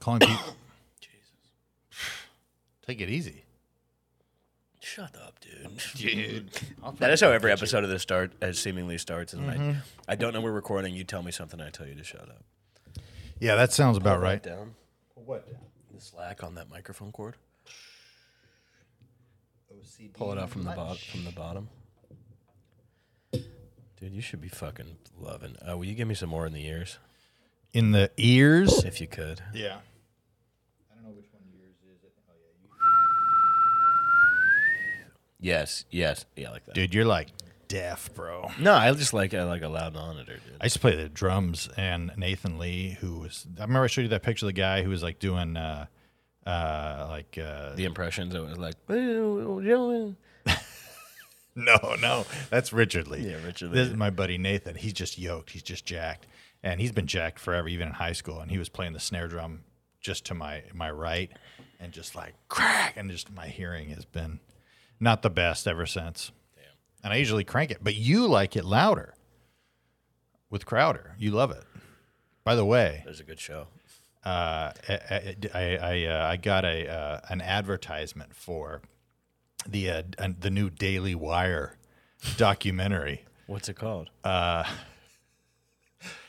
Calling people. Take it easy. Shut up, dude. Dude. That is how every episode of this start uh, seemingly starts. And I, I don't know we're recording. You tell me something, I tell you to shut up. Yeah, that sounds about right. Down What? the slack on that microphone cord. Pull it out from the bottom. From the bottom. Dude, you should be fucking loving. Uh, will you give me some more in the ears, In the ears? if you could? Yeah. Yes, yes, yeah, like that. Dude, you're like deaf, bro. No, I just like I like a loud monitor, dude. I used to play the drums, and Nathan Lee, who was, I remember I showed you that picture of the guy who was like doing, uh, uh, like, uh, the impressions. I was like, gentlemen. no, no, that's Richard Lee. Yeah, Richard This Lee. is my buddy Nathan. He's just yoked. He's just jacked, and he's been jacked forever, even in high school. And he was playing the snare drum just to my my right, and just like crack, and just my hearing has been not the best ever since. And I usually crank it, but you like it louder with Crowder. You love it. By the way, There's a good show. uh, I I I, uh, I got a uh, an advertisement for the uh, d- the new Daily Wire documentary. What's it called?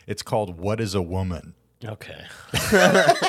It's called "What Is a Woman." Okay. it's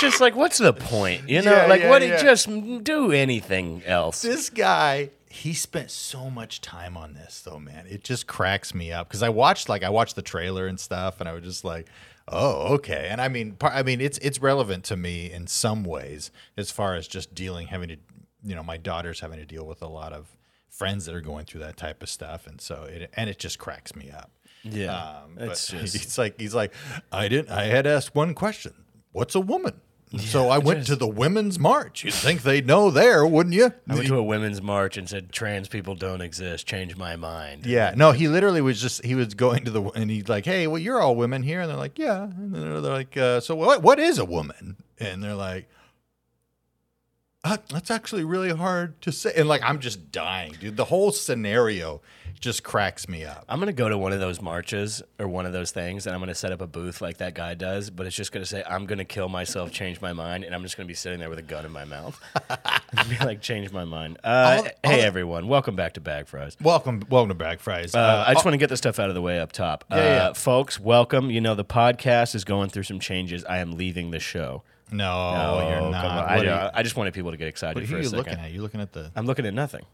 just like, what's the point? You know, Yeah, like, yeah, what? yeah. Just do anything else. This guy, he spent so much time on this, though, man. It just cracks me up because I watched like I watched the trailer and stuff, and I was just like, "Oh, okay." And I mean, par- I mean, it's it's relevant to me in some ways as far as just dealing, having to, you know, my daughter's having to deal with a lot of friends that are going through that type of stuff, and so it and it just cracks me up. Yeah, Um, but it's just he's like he's like I didn't. I had asked one question. What's a woman? so I went to the women's march. You'd think they'd know there, wouldn't you? I went to a women's march and said trans people don't exist. Change my mind. yeah. No, he literally was just he was going to the and he's like, hey, well, you're all women here, and they're like, yeah, and then they're like, uh, so what? What is a woman? And they're like. Uh, that's actually really hard to say. And like, I'm just dying, dude. The whole scenario just cracks me up. I'm gonna go to one of those marches or one of those things, and I'm gonna set up a booth like that guy does. But it's just gonna say, "I'm gonna kill myself, change my mind," and I'm just gonna be sitting there with a gun in my mouth, and be like, "Change my mind." Uh, All- all- hey, everyone, welcome back to Bag Fries. Welcome, welcome to Bag Fries. Uh, I just want to get this stuff out of the way up top. uh, oh. yeah. Folks, welcome. You know, the podcast is going through some changes. I am leaving the show. no, come Oh, you're not. on. What I, are you- know. I just wanted people to get excited But for who are a you second. looking at? You're looking at the. I'm looking at nothing.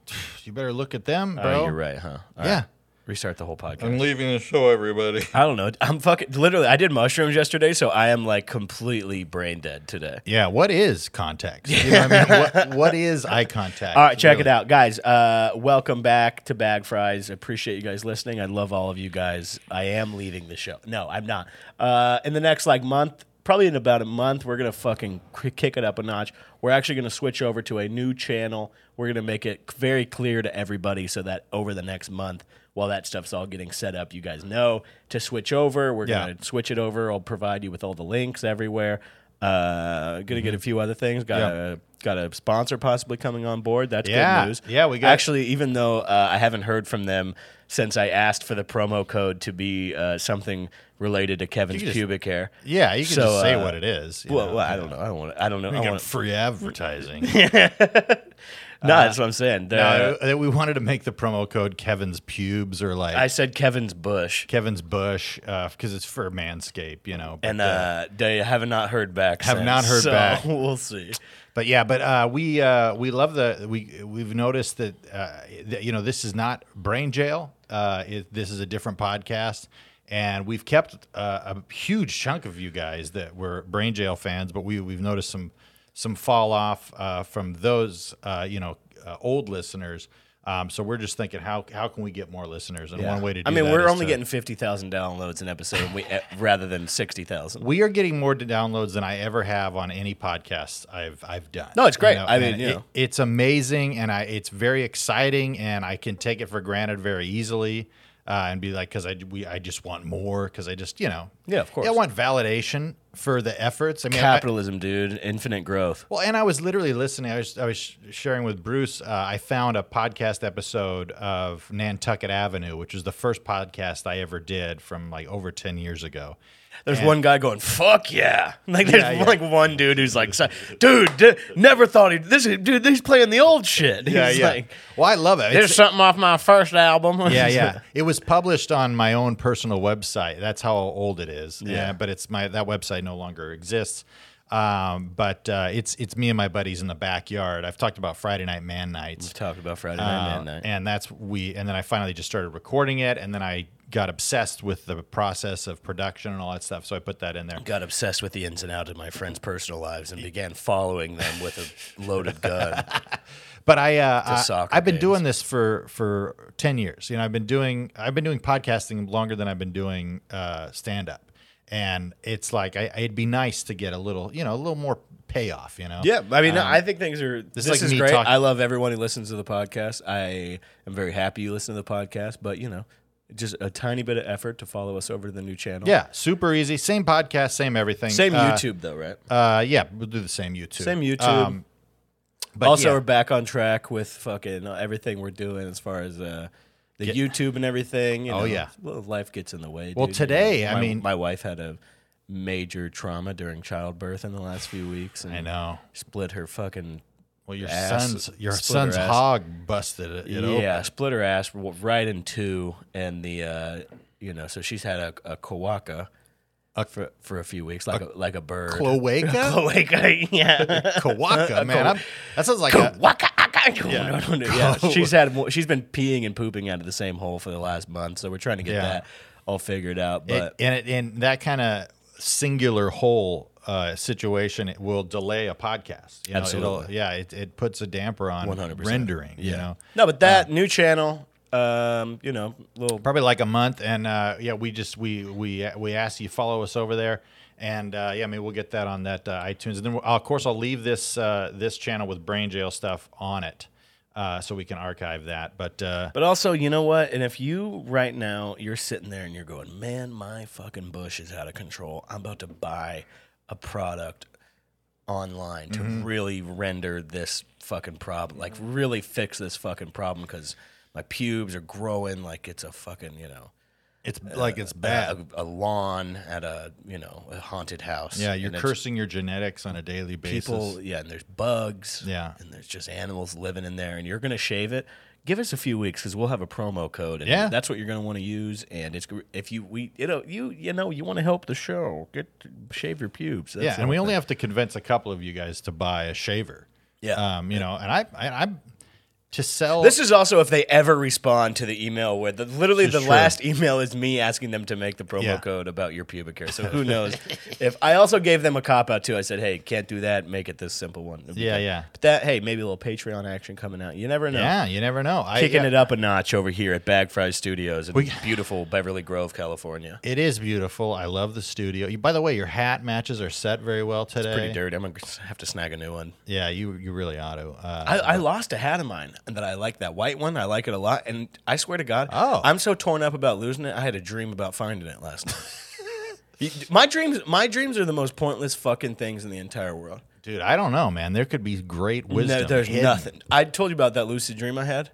You better look at them, bro. Oh, you're right, huh? All Yeah. right. Restart the whole podcast. leaving the show, everybody. I don't know. I'm fucking literally. I did mushrooms yesterday, so I am like completely brain dead today. Yeah. What is context? You know what I mean? what, what is eye contact? All right, check it out, guys. Uh, welcome back to Bag Fries. Appreciate you guys listening. I love all of you guys. I am leaving the show. No, I'm not. Uh, in the next like month, probably in about a month, we're gonna fucking k- kick it up a notch. We're actually gonna switch over to a new channel. We're gonna make it very clear to everybody so that over the next month, while that stuff's all getting set up, you guys know to switch over. We're Yeah. gonna switch it over. I'll provide you with all the links everywhere. Uh, gonna get a few other things. Got Mm-hmm. Yeah. a got a sponsor possibly coming on board. That's Yeah. good news. Yeah, we got- actually. Even though uh, I haven't heard from them since I asked for the promo code to be uh, something related to Kevin's just- pubic hair. Yeah, you can So, just say uh, what it is. you Well, know? well, I don't know. I don't want. I don't know. You I got want. free advertising. no, that's what I'm saying. The- uh, no, I- Uh, we wanted to make the promo code Kevin's pubes or like I said Kevin's bush, Kevin's bush because it's for Manscaped, you know. but, and uh, they have not heard back. Have since, not heard so back. We'll see. But yeah, but uh, we uh, we love the we we've noticed that, uh, that you know this is not Brain Jail. Uh, it, this is a different podcast, and we've kept uh, a huge chunk of you guys that were Brain Jail fans, but we we've noticed some some fall off uh, from those uh, you know uh, old listeners. Um, so we're just thinking how how can we get more listeners? And one way to do I mean, that we're is only to- getting fifty thousand downloads an episode, and we eh, rather than sixty thousand. we are getting more downloads than I ever have on any podcast I've I've done. No, it's great. I mean, and you it- know. it's amazing, and I it's very exciting, and I can take it for granted very easily, uh, and be like, because I we I just want more, because I just you know Yeah, of course. I want validation for the efforts. I mean, I- Capitalism, dude. Infinite growth. well, and I was literally listening. I was, I was sh- sharing with Bruce. Uh, I found a podcast episode of Nantucket Avenue, which was the first podcast I ever did from like over 10 years ago. There's one guy going, "Fuck yeah!" Like there's Yeah, yeah. like one dude who's like, so- "Dude, d- never thought he this is- dude. He's playing the old shit." Yeah, He's yeah. like, well, I love it. There's It's- something off my first album. yeah, yeah. It was published on my own personal website. That's how old it is. Yeah, but it's my that website no longer exists. Um, but uh, it's it's me and my buddies in the backyard. I've talked about Friday night man nights. Talked about Friday Uh, Night Man Night. And that's we and then I finally just started recording it and then I got obsessed with the process of production and all that stuff. So I put that in there. Got obsessed with the ins and outs of my friends' personal lives and began following them with a loaded gun. But I, uh, I soccer I've been games. doing this for for ten years. You know, I've been doing I've been doing podcasting longer than I've been doing uh, stand up, and it's like I, it'd be nice to get a little you know a little more payoff. You know, Yeah, I mean, I think things are. Um, This, like is me great. talking- I love everyone who listens to the podcast. I am very happy you listen to the podcast, but you know, just a tiny bit of effort to follow us over to the new channel. yeah, super easy. Same podcast, same everything. same Uh, YouTube though, right? Uh, yeah, we'll do the same YouTube. Same YouTube. Um, but also, yeah. we're back on track with fucking everything we're doing as far as uh, the YouTube and everything. you Oh, know. yeah. well, life gets in the way. Well, dude, you today, know. I My- mean- my wife had a major trauma during childbirth in the last few weeks, and I know. split her fucking Well, your Ass- son's your split her son's ass. hog busted it. You know? yeah, split her ass w- right in two, and the uh, you know, so she's had a, a kawaka for for a few weeks, like a, like a bird. Cloaca, Cloaca, yeah. Kawaka, man. I'm, that sounds like a, Waka, aka. Yeah. No, no, no, yeah. She's had more, she's been peeing and pooping out of the same hole for the last month, so we're trying to get Yeah. that all figured out. It- But and it, and that kind of singular whole uh, situation it will delay a podcast. You know, It'll, Absolutely. yeah, it, it puts a damper on 100%. rendering. You know, no, but that new channel, um, you know, little probably like a month. And uh, yeah, we just we we we ask you follow us over there. And uh, yeah, maybe we'll get that on that uh, iTunes. And then we'll, of course I'll leave this uh, this channel with Brain Jail stuff on it, uh, so we can archive that. But uh, But also, you know what? And if you right now you're sitting there and you're going, "Man, my fucking bush is out of control. I'm about to buy a product online to Mm-hmm. really render this fucking problem, like really fix this fucking problem cuz my pubes are growing like it's a fucking, you know, it's uh, like it's a, bad. a lawn at a, you know, a haunted house. Yeah, you're And it's cursing your genetics on a daily basis. people, yeah, and there's bugs, Yeah. and there's just animals living in there, and you're gonna shave it. Give us a few weeks because we'll have a promo code, and Yeah. that's what you're gonna want to use. And it's gr- if you we you know you you know you want to help the show, get shave your pubes. That's Yeah, and the whole we thing. only have to convince a couple of you guys to buy a shaver. Yeah. um, you know, and I, I, I'm to sell. This is also if they ever respond to the email where the, literally the is true. last email is me asking them to make the promo Yeah. code about your pubic hair. So who knows? if I also gave them a cop out too, I said, "Hey, can't do that. Make it this simple one." Yeah, yeah. But that hey, maybe a little Patreon action coming out. You never know. yeah, you never know. I, kicking yeah, it up a notch over here at Bag Fry Studios in beautiful Beverly Grove, California. It is beautiful. I love the studio. You, by the way, your hat matches are set very well today. Pretty dirty. I'm gonna have to snag a new one. Yeah, you you really ought to. Uh, I, I lost a hat of mine and that I like that white one. I like it a lot, and I swear to God, Oh. I'm so torn up about losing it. I had a dream about finding it last night. my dreams, my dreams are the most pointless fucking things in the entire world. dude, I don't know, man. There could be great wisdom. No, there's hidden. nothing. I told you about that lucid dream I had.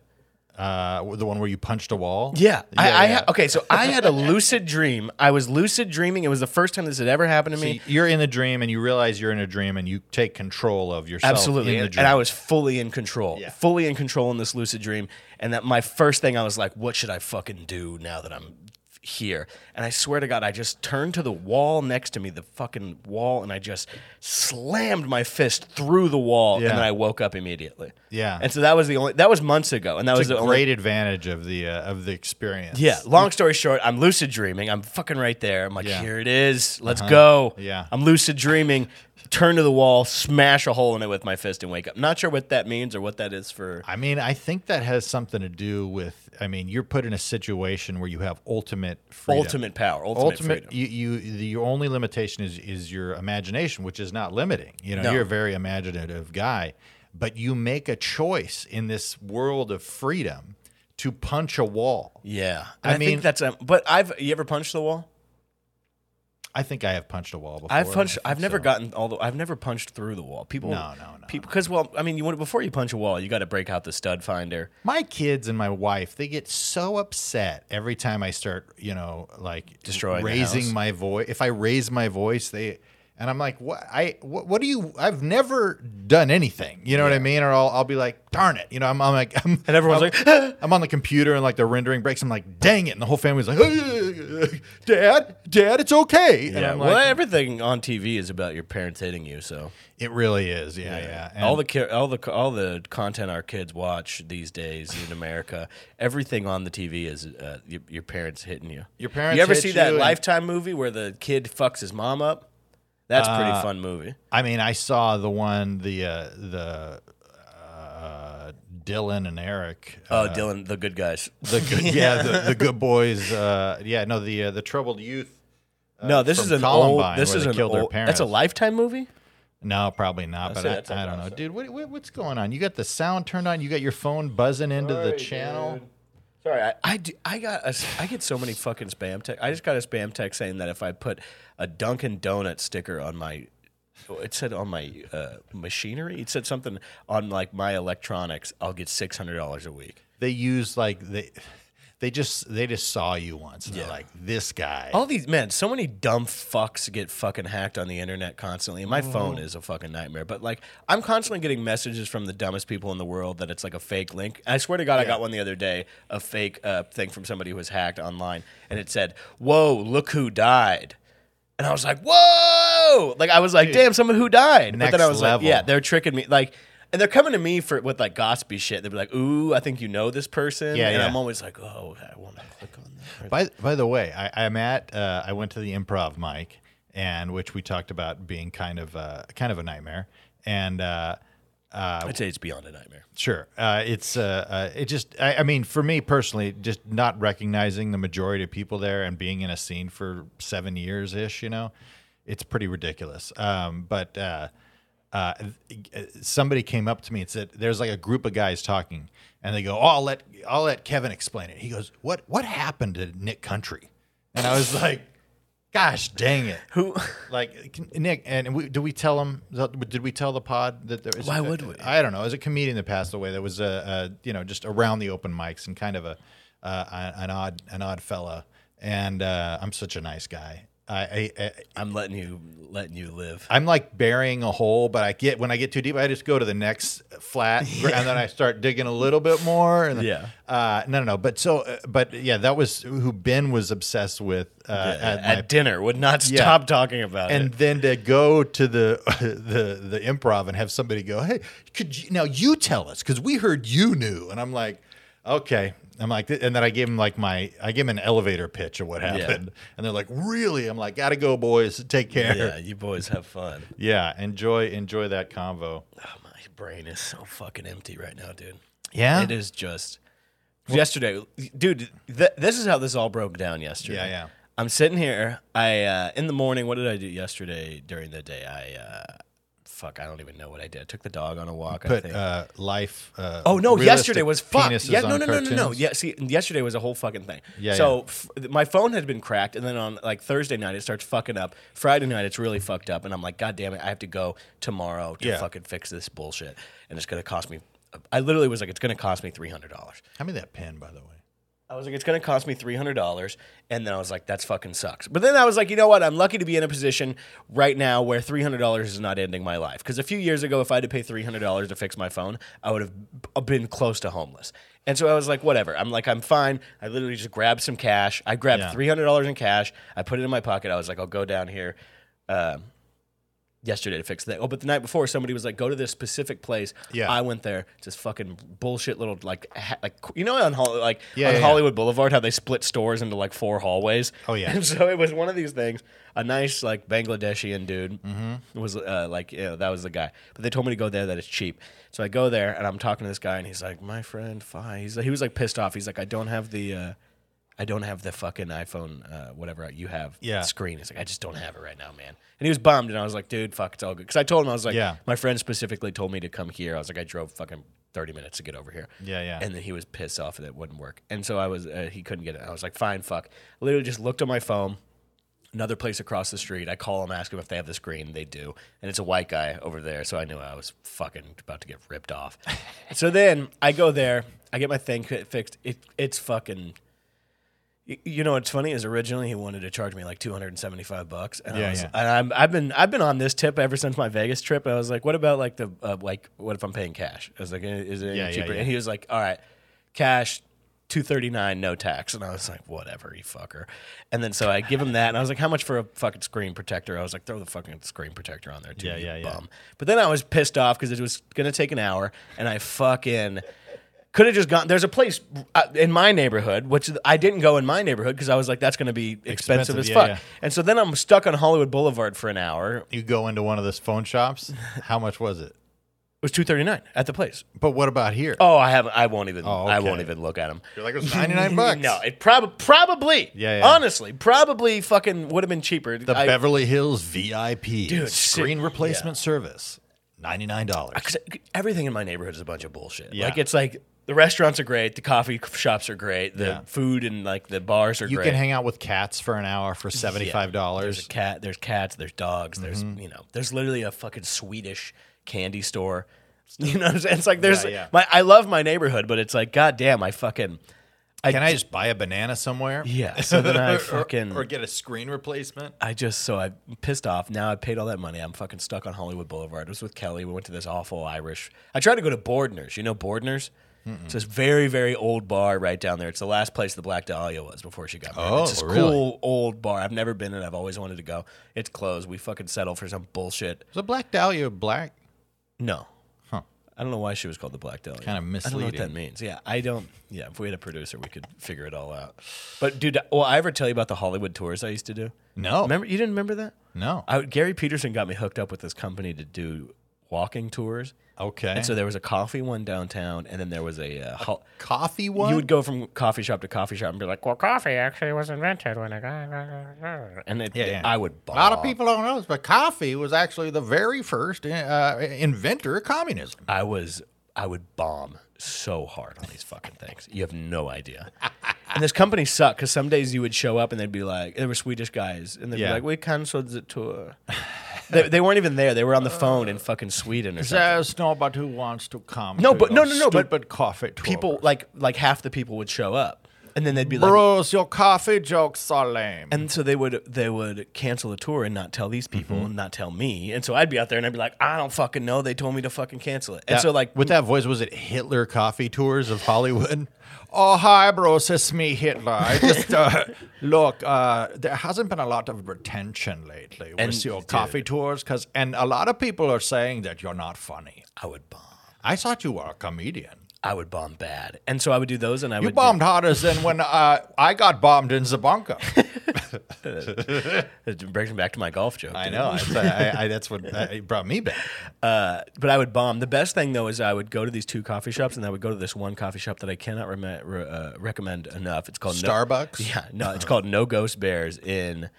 Uh, the one where you punched a wall. Yeah. I, I yeah. ha- okay, so I had a lucid dream. I was lucid dreaming. It was the first time this had ever happened to me. So You're in the dream, and you realize you're in a dream, and you take control of yourself. Absolutely. in the And, dream. and I was fully in control, Yeah. fully in control in this lucid dream. And that my first thing, I was like, what should I fucking do now that I'm here? And I swear to God, I just turned to the wall next to me, the fucking wall, and I just slammed my fist through the wall. Yeah. And then I woke up immediately. Yeah. And so that was the only, that was months ago. And that was It's the a only. great advantage of the uh, of the experience. Yeah. Long story short, I'm lucid dreaming. I'm fucking right there. I'm like, Yeah. here it is. Let's go. Yeah. I'm lucid dreaming. Turn to the wall, smash a hole in it with my fist, and wake up. Not sure what that means or what that is for. I mean, I think that has something to do with. I mean, you're put in a situation where you have ultimate freedom. Ultimate power. Ultimate, ultimate. freedom. You, you the- your only limitation is is your imagination, which is not limiting. You know, No. you're a very imaginative guy, but you make a choice in this world of freedom to punch a wall. Yeah. I I, mean- think that's. A, but I've. You ever punched the wall? I think I have punched a wall before. I've punched. I I've think never so. gotten all the. I've never punched through the wall. People. No, no, no, People, because well, I mean, you want before you punch a wall, you got to break out the stud finder. My kids and my wife, they get so upset every time I start, you know, like Destroying the house. raising my voice. If I raise my voice, they and I'm like, what? I what, what do you? I've never done anything. You know what I mean? Or I'll, I'll be like, darn it. You know, I'm, I'm like, I'm, And everyone's I'm- like, "Ah." I'm on the computer and like the rendering breaks. I'm like, dang it! And the whole family's like, Dad, Dad, it's okay. And Yeah. I'm well, like, everything on TV is about your parents hating you. So it really is. Yeah, yeah. And- all the ki- all the all the content our kids watch these days in America, everything on the TV is uh, your, your parents hitting you. Your parents You ever hit see that you and- Lifetime movie where the kid fucks his mom up? That's a pretty Uh, fun movie. I mean, I saw the one the uh, the uh, Dylan and Eric. Oh, Uh, Dylan, the good guys. the good, yeah, the, the good boys. Uh, yeah, no, the uh, the troubled youth. no, this from is an Columbine, old. This where is they an killed old. their That's a parents. Lifetime movie. No, probably not. say But that's I, I a don't know, gossip. dude. What, what, what's going on? You got the sound turned on. You got your phone buzzing into the Sorry, channel. dude. Sorry, I I, do- I got a s I get so many fucking spam text. I just got a spam text saying that if I put a Dunkin' Donut sticker on my, it said on my uh, machinery. It said something on like my electronics. I'll get six hundred dollars a week. They used like they they just they just saw you once. And They're like this guy. All these men, so many dumb fucks get fucking hacked on the internet constantly. And my Mm-hmm. phone is a fucking nightmare. But like, I'm constantly getting messages from the dumbest people in the world that it's like a fake link. I swear to God, I got one the other day, a fake uh, thing from somebody who was hacked online, and it said, "Whoa, look who died." And I was like, "Whoa!" Like I was like, "Damn, someone who died." but next then I was level. like, "Yeah, they're tricking me." Like, and they're coming to me for with like gossipy shit. They'd be like, "Ooh, I think you know this person." Yeah, and yeah. I'm always like, "Oh, I want to click on that." By, by the way, I, I'm at. Uh, I went to the improv mic, and which we talked about being kind of uh, kind of a nightmare. And uh, I'd say it's beyond a nightmare. sure, uh, it's uh, uh, it just. I, I mean, for me personally, just not recognizing the majority of people there and being in a scene for seven years ish, you know, it's pretty ridiculous. Um, but uh, uh, somebody came up to me and said, "There's like a group of guys talking, and they go, oh, I'll let I'll let Kevin explain it." He goes, "What what happened to Nick Country?" And I was like, "Gosh, dang it!" Who? Like can- Nick, and we, did we tell him? Did we tell the pod that there was? Why would we? I don't know. As a comedian that passed away, that was a, a you know just around the open mics and kind of a uh, an odd an odd fella. And uh, I'm such a nice guy. I, I, I I'm letting you letting you live. I'm like burying a hole, but I get when I get too deep, I just go to the next flat, gr- and then I start digging a little bit more. And Yeah. uh, no, no, no. But so, uh, but yeah, that was who Ben was obsessed with. Uh, at, at my, dinner, would not Yeah. stop talking about and it. then to go to the the the improv and have somebody go, hey, could you, now you tell us because we heard you knew, and I'm like, okay. I'm like, th- and then I gave him like my, I gave him an elevator pitch of what happened, and they're like, "Really?" I'm like, "Gotta go, boys. Take care." Yeah, you boys have fun. Yeah, enjoy enjoy that convo. Oh, my brain is so fucking empty right now, dude. Yeah, It is just yesterday, dude. Th- this is how this all broke down yesterday. Yeah, yeah. I'm sitting here. I uh, in the morning. What did I do yesterday during the day? I uh, fuck. I don't even know what I did. I took the dog on a walk. I But think. uh, life. Uh, Oh no! realistic Yesterday was fuck. penises Yeah, no, on no, no, no, no. cartoons. Yeah, see, yesterday was a whole fucking thing. Yeah, So yeah. f- my phone had been cracked, and then on like Thursday night it starts fucking up. Friday night it's really fucked up, and I'm like, God damn it! I have to go tomorrow to Yeah. fucking fix this bullshit, and it's gonna cost me. I literally was like, it's gonna cost me three hundred dollars. Hand me that pen, by the way. I was like, it's going to cost me $300. And then I was like, that's fucking sucks. But then I was like, you know what? I'm lucky to be in a position right now where $300 is not ending my life. Because a few years ago, if I had to pay $300 to fix my phone, I would have been close to homeless. And so I was like, whatever. I'm like, I'm fine. I literally just grabbed some cash. I grabbed Yeah. $300 in cash. I put it in my pocket. I was like, I'll go down here. Um, yesterday to fix that. Oh, but the night before, somebody was like, "Go to this specific place." Yeah. I went there. It's this fucking bullshit little like ha- like you know on Hol- like Yeah, on yeah, yeah. Hollywood Boulevard how they split stores into like four hallways. Oh, yeah. And so it was one of these things. A nice like Bangladeshi dude Mm-hmm. was uh, like you know, that was the guy. But they told me to go there that it's cheap. So I go there and I'm talking to this guy and he's like, "My friend, fi." He's like, he was like pissed off. He's like, "I don't have the." Uh, I don't have the fucking iPhone, uh, whatever you have, Yeah. screen. He's like, I just don't have it right now, man. And he was bummed, and I was like, dude, fuck, it's all good. Because I told him, I was like, Yeah. my friend specifically told me to come here. I was like, I drove fucking 30 minutes to get over here. Yeah, yeah. And then he was pissed off that it wouldn't work. And so I was, uh, he couldn't get it. I was like, fine, fuck. I literally just looked on my phone. Another place across the street. I call them, ask them if they have this green. They do, and it's a white guy over there. So I knew I was fucking about to get ripped off. so then I go there. I get my thing fi- fixed. It, it's fucking. y- You know what's funny is originally he wanted to charge me like two hundred and seventy five bucks, and Yeah, I was, yeah. and I'm, I've been I've been on this tip ever since my Vegas trip. I was like, what about like the uh, like what if I'm paying cash? I was like, is it any Yeah, yeah, cheaper? yeah. And he was like, all right, cash. 239 no tax and i was like whatever you fucker and then so i give him that and i was like how much for a fucking screen protector i was like throw the fucking screen protector on there too Yeah, you yeah, yeah. bum but then i was pissed off because it was gonna take an hour and i fucking could have just gone there's a place uh, in my neighborhood which i didn't go in my neighborhood because i was like that's gonna be expensive, Expensive, as yeah, fuck yeah. and so then i'm stuck on hollywood boulevard for an hour it You go into one of those phone shops. How much was it? was 239 at the place But what about here? oh i have i won't even Oh, i okay. won't even look at them You're like it was 99 bucks. No, it prob- probably. Yeah, yeah. Honestly, probably fucking would have been cheaper. The I- Beverly Hills VIP Dude, screen si- replacement service, ninety nine dollars. 'cause everything in my neighborhood is a bunch of bullshit. Yeah. Like it's like the restaurants are great, the coffee shops are great, the food and like the bars are You great. can hang out with cats for an hour for seventy five there's dollars. a cat, there's cats, there's dogs, there's Mm-hmm. you know, there's literally a fucking Swedish candy store. You know what I'm saying? It's like there's Yeah, yeah. my I love my neighborhood, but it's like goddamn, I fucking Can I just buy a banana somewhere? yeah. So then I Or- fucking or, get a screen replacement. I just so I'm pissed off. Now I paid all that money. I'm fucking stuck on Hollywood Boulevard. It was with Kelly. We went to this awful Irish. I tried to go to Bordner's. You know Bordner's. It's this very very old bar right down there. It's the last place the Black Dahlia was before she got married. Oh, it's this really? cool old bar. I've never been in. I've always wanted to go. It's closed. We fucking settle for some bullshit. Is a black dahlia black? No. Huh. I don't know why she was called the Black Dahlia. Kinda I don't know misleading. what that means. Yeah, I don't. Yeah, if we had a producer, we could figure it all out. But dude, will I ever tell you about the Hollywood tours I used to do? No. Remember, you didn't remember that? No. I, Gary Peterson got me hooked up with this company to do walking tours. Okay. And so there was a coffee one downtown, and then there was a. Uh, hol- coffee one. you would go from coffee shop to coffee shop and be like, well, coffee actually was invented when a guy. and it, Yeah, yeah. I would bomb. a lot of people don't know this, but coffee was actually the very first uh, inventor of communism. I was, I would bomb so hard on these fucking things. You have no idea. And this company sucked because some days you would show up and they'd be like, there were Swedish guys, and they'd Yeah. be like, we canceled the tour. they, they weren't even there. They were on the phone in fucking Sweden or something. There's nobody who wants to come. No, to but- your no, no, no, but stupid coffee. Tour. People like like half the people would show up, and then they'd be like, bros, your coffee jokes are lame. And Mm-hmm. so they would they would cancel the tour and not tell these people Mm-hmm. and not tell me. And so I'd be out there and I'd be like, I don't fucking know. They told me to fucking cancel it. And That- so like with that voice, was it Hitler coffee tours of Hollywood? oh, hi, bros, it's me, Hitler. I just uh, look. Uh, there hasn't been a lot of retention lately with And- your coffee tours, because and a lot of people are saying that you're not funny. I would bomb. I thought you were a comedian. I would bomb bad. And so I would do those and I You would bombed harder than when uh, I got bombed in Zabanka. it brings me uh, back to my golf joke. I dude. know. I, I, I, that's what uh, it brought me back. Uh, but I would bomb. The best thing though is I would go to these two coffee shops and I would go to this one coffee shop that I cannot rem- re- uh, recommend enough. It's called No- Starbucks. Yeah, no, it's called No Ghost Bears in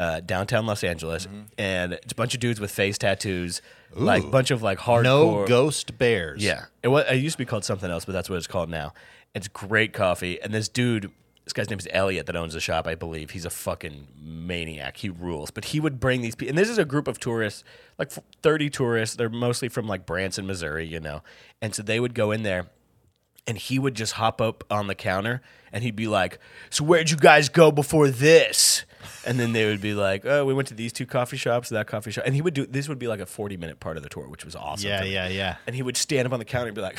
uh, downtown Los Angeles, Mm-hmm. and it's a bunch of dudes with face tattoos, like bunch of like hardcore. No ghost bears. Yeah, it was. It used to be called something else, but that's what it's called now. It's great coffee, and this dude. This guy's name is Elliot that owns the shop, I believe. He's a fucking maniac. He rules. But he would bring these people. And this is a group of tourists, like f- 30 tourists. They're mostly from like Branson, Missouri, you know. And so they would go in there and he would just hop up on the counter and he'd be like, "So where'd you guys go before this?" And then they would be like, "Oh, we went to these two coffee shops, that coffee shop." And he would do this would be like a forty minute part of the tour, which was awesome. Yeah, for me. yeah, yeah. And he would stand up on the counter and be like,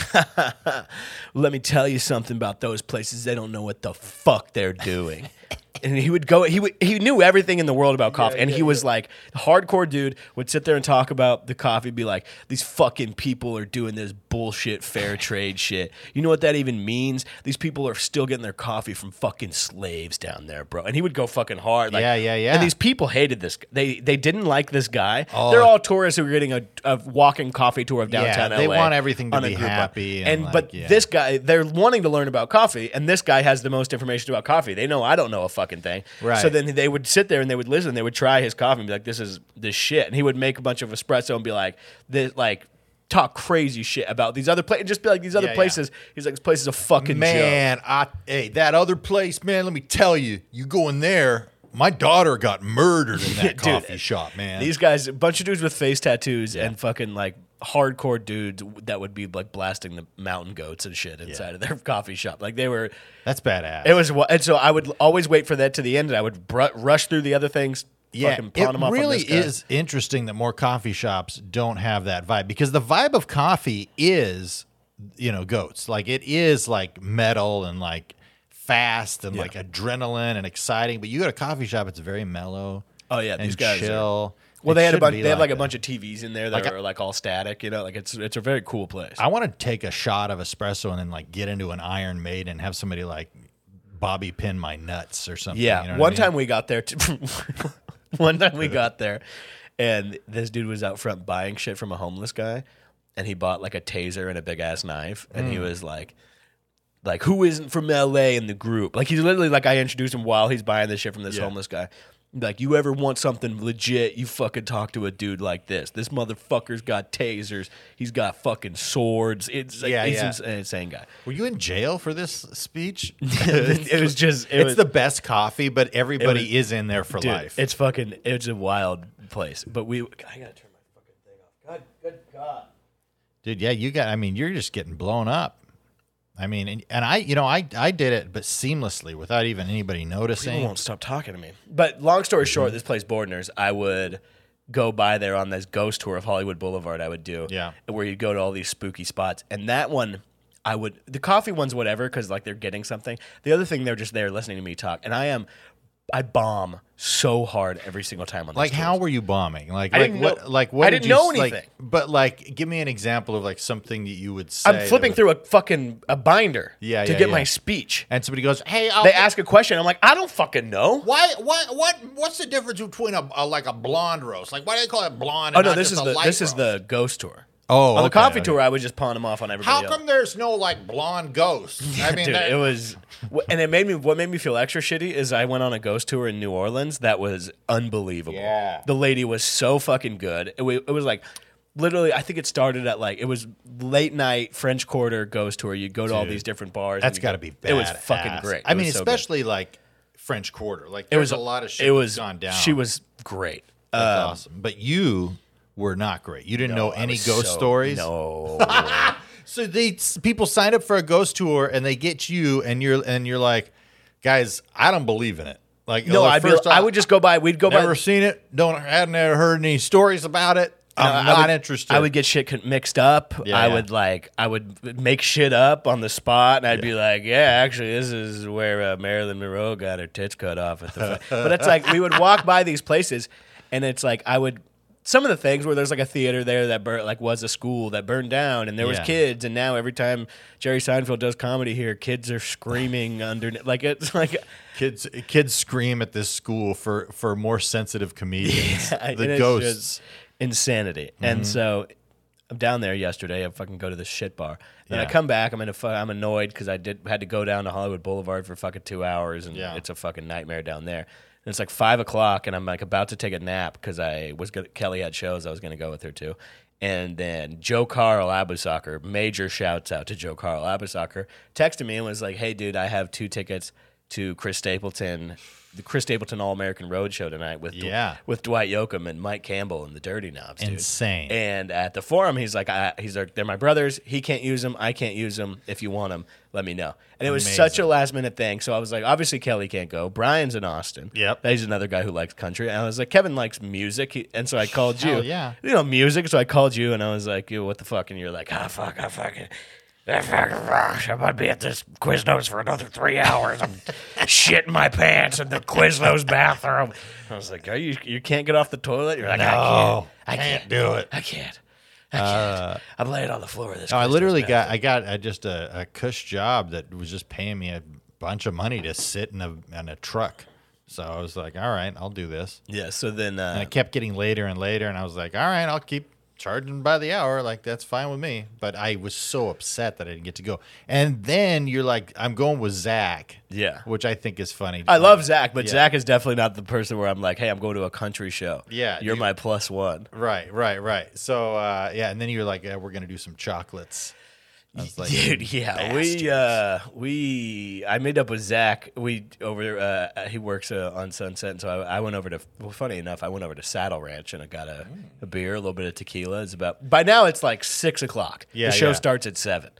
"Let me tell you something about those places. They don't know what the fuck they're doing." And he would go. He would, he knew everything in the world about coffee, and he was like hardcore dude. Would sit there and talk about the coffee, be like, "These fucking people are doing this bullshit fair trade shit. You know what that even means? These people are still getting their coffee from fucking slaves down there, bro." And he would go fucking hard. Like, Yeah, yeah, yeah. And these people hated this. g- They they didn't like this guy. Oh. They're all tourists who are getting a, a walking coffee tour of downtown Yeah, they LA want everything to on a be group happy And, and, like, but yeah. this guy, they're wanting to learn about coffee, and this guy has the most information about coffee. They know I don't know a fucking thing. Right. So then they would sit there and they would listen. They would try his coffee and be like, "This is this shit." And he would make a bunch of espresso and be like, "This like." Talk crazy shit about these other places. Just be like these other Yeah, yeah. places. He's like, this place is a fucking joke. Man, I hey that other place, man. Let me tell you, you go in there, my daughter got murdered in that Dude, coffee shop, man. These guys, a bunch of dudes with face tattoos and fucking like hardcore dudes that would be like blasting the mountain goats and shit inside of their coffee shop. Like they were, That's badass. it was, wa- and so I would always wait for that to the end and I would br- rush through the other things. fucking pawn it them off on really this guy. is interesting that more coffee shops don't have that vibe because the vibe of coffee is, you know, goats. Like it is like metal and like fast and like adrenaline and exciting. But you go to a coffee shop, it's very mellow. Oh, yeah, and these guys are- chill. Well, It they had a should bunch. be They had like a that. bunch of TVs in there that are like all static. You know, like it's it's a very cool place. I want to take a shot of espresso and then like get into an Iron Maiden and have somebody like bobby pin my nuts or something. yeah, you know what I one mean? time we got there. To, one time we got there, and this dude was out front buying shit from a homeless guy, and he bought like a taser and a big ass knife, and Hmm. he was like. Like who isn't from LA in the group? Like he's literally like I introduced him while he's buying this shit from this homeless guy. Like you ever want something legit, you fucking talk to a dude like this. This motherfucker's got tasers. He's got fucking swords. It's like, Yeah, he's yeah. ins- an insane guy. were you in jail for this speech? it was just it it's was, the best coffee, but everybody is in there for dude, life. It's fucking it's a wild place. But we I gotta turn my fucking thing off. God, good God. Dude, yeah, you got. I mean, you're just getting blown up. I mean, and, and I, you know, I I did it, but seamlessly without even anybody People noticing. won't stop talking to me. But long story short, this place Bordner's, I would go by there on this ghost tour of Hollywood Boulevard I would do. Yeah. Where you'd go to all these spooky spots. And that one I would the coffee one's whatever, because like they're getting something. The other thing they're just there listening to me talk. And I am I bomb so hard every single time on Like, those how tours. were you bombing? Like, I like didn't what? know- Like, what? I did you didn't know s- like- anything. but like, give me an example of like something that you would say. I'm that flipping was- through a fucking a binder Yeah, to yeah, get yeah. my speech. and somebody goes, "Hey, uh, They ask a question. I'm like, I don't fucking know. why, why, what, what's the difference between a, a like a blonde roast? Like, why do they call it blonde? Oh and no, not this just is a the light this is roast? the ghost tour. Oh, on the okay, coffee okay. tour, I would just pawn them off on everybody. How else. come there's no like blonde ghosts? I mean, Dude, that- it was, wh- and it made me. What made me feel extra shitty is I went on a ghost tour in New Orleans that was unbelievable. Yeah. the lady was so fucking good. It, wa- it was like, literally, I think it started at like it was late night French Quarter ghost tour. You'd go to all these different bars. That's got got to be bad. It was fucking great. I It mean, was so good. especially like French Quarter. Like it there was was a lot of shit. It that's was gone down. She was great. That's awesome. But you were not great. You didn't know I any was ghost so- stories. No. So they people sign up for a ghost tour and they get you and you're and you're like, guys, I don't believe in it. Like No, like, I'd be, first I off, would just go by. We'd go never by. seen it. Don't hadn't ever heard any stories about it. I'm I not would- interested. I would get shit con- mixed up. Yeah, I yeah. would like. I would make shit up on the spot, and I'd be like, "Yeah, actually, this is where uh, Marilyn Monroe got her tits cut off." At the fu-" but it's like we would walk by these places, and it's like I would. Some of the things where there's like a theater there that bur- like was a school that burned down, and there was Yeah. kids, and now every time Jerry Seinfeld does comedy here, kids are screaming underneath. Like it's like kids kids scream at this school for for more sensitive comedians. I- and the it's ghosts. Mm-hmm. just insanity. And so I'm down there yesterday. I fucking go to this shit bar. Then I Yeah. come back. I'm in a. Fu- I'm annoyed because I did had to go down to Hollywood Boulevard for fucking two hours, and Yeah. it's a fucking nightmare down there. And it's like five o'clock, and I'm like about to take a nap because I was gonna, Kelly had shows. I was gonna go with her too. And then Joe Carl Abusacker, major shouts out to Joe Carl Abusacker, texted me and was like, "Hey, dude, I have two tickets to Chris Stapleton, the Chris Stapleton All American Road Show tonight with Dw- Yeah. with Dwight Yoakam and Mike Campbell and the Dirty Knobs, dude. Insane. And at the forum, he's like, I, he's like, they're my brothers. He can't use them. I can't use them. If you want them, let me know. And it was such a last minute thing. So I was like, obviously Kelly can't go. Brian's in Austin. Yep. He's another guy who likes country. And I was like, Kevin likes music. He- and so I called you. Hell yeah. You know, music. So I called you and I was like, yo, what the fuck? And you're like, ah, fuck, ah, fucking. Ah, fuck, fuck, I'm gonna be at this Quiznos for another three hours. I'm shitting my pants in the Quiznos bathroom. I was like, are you, you can't get off the toilet? You're like, Oh, I can't. I can't. do it. I can't. I can't. I'm laying on the floor of this. No, Oh, I Christmas literally bath. got I got uh, just a, a cush job that was just paying me a bunch of money to sit in a in a truck. So I was like, all right, I'll do this. Yeah. So then, And uh, it kept getting later and later, and I was like, all right, I'll keep charging by the hour. Like that's fine with me. But I was so upset that I didn't get to go. And then you're like, I'm going with Zach. Yeah. which I think is funny. I love Zach, but Yeah. Zach is definitely not the person where I'm like, hey, I'm going to a country show. Yeah, You're you- my plus one. Right, right, right. So uh, yeah, and then you're like, yeah, we're gonna do some chocolates. I was like, Dude, yeah, we uh, we I made up with Zach. We over uh, he works uh, on Sunset, and so I, I went over to. Well, funny enough, I went over to Saddle Ranch and I got a, Mm. a beer, a little bit of tequila. It's about by now it's like six o'clock. Yeah, the show yeah. starts at seven,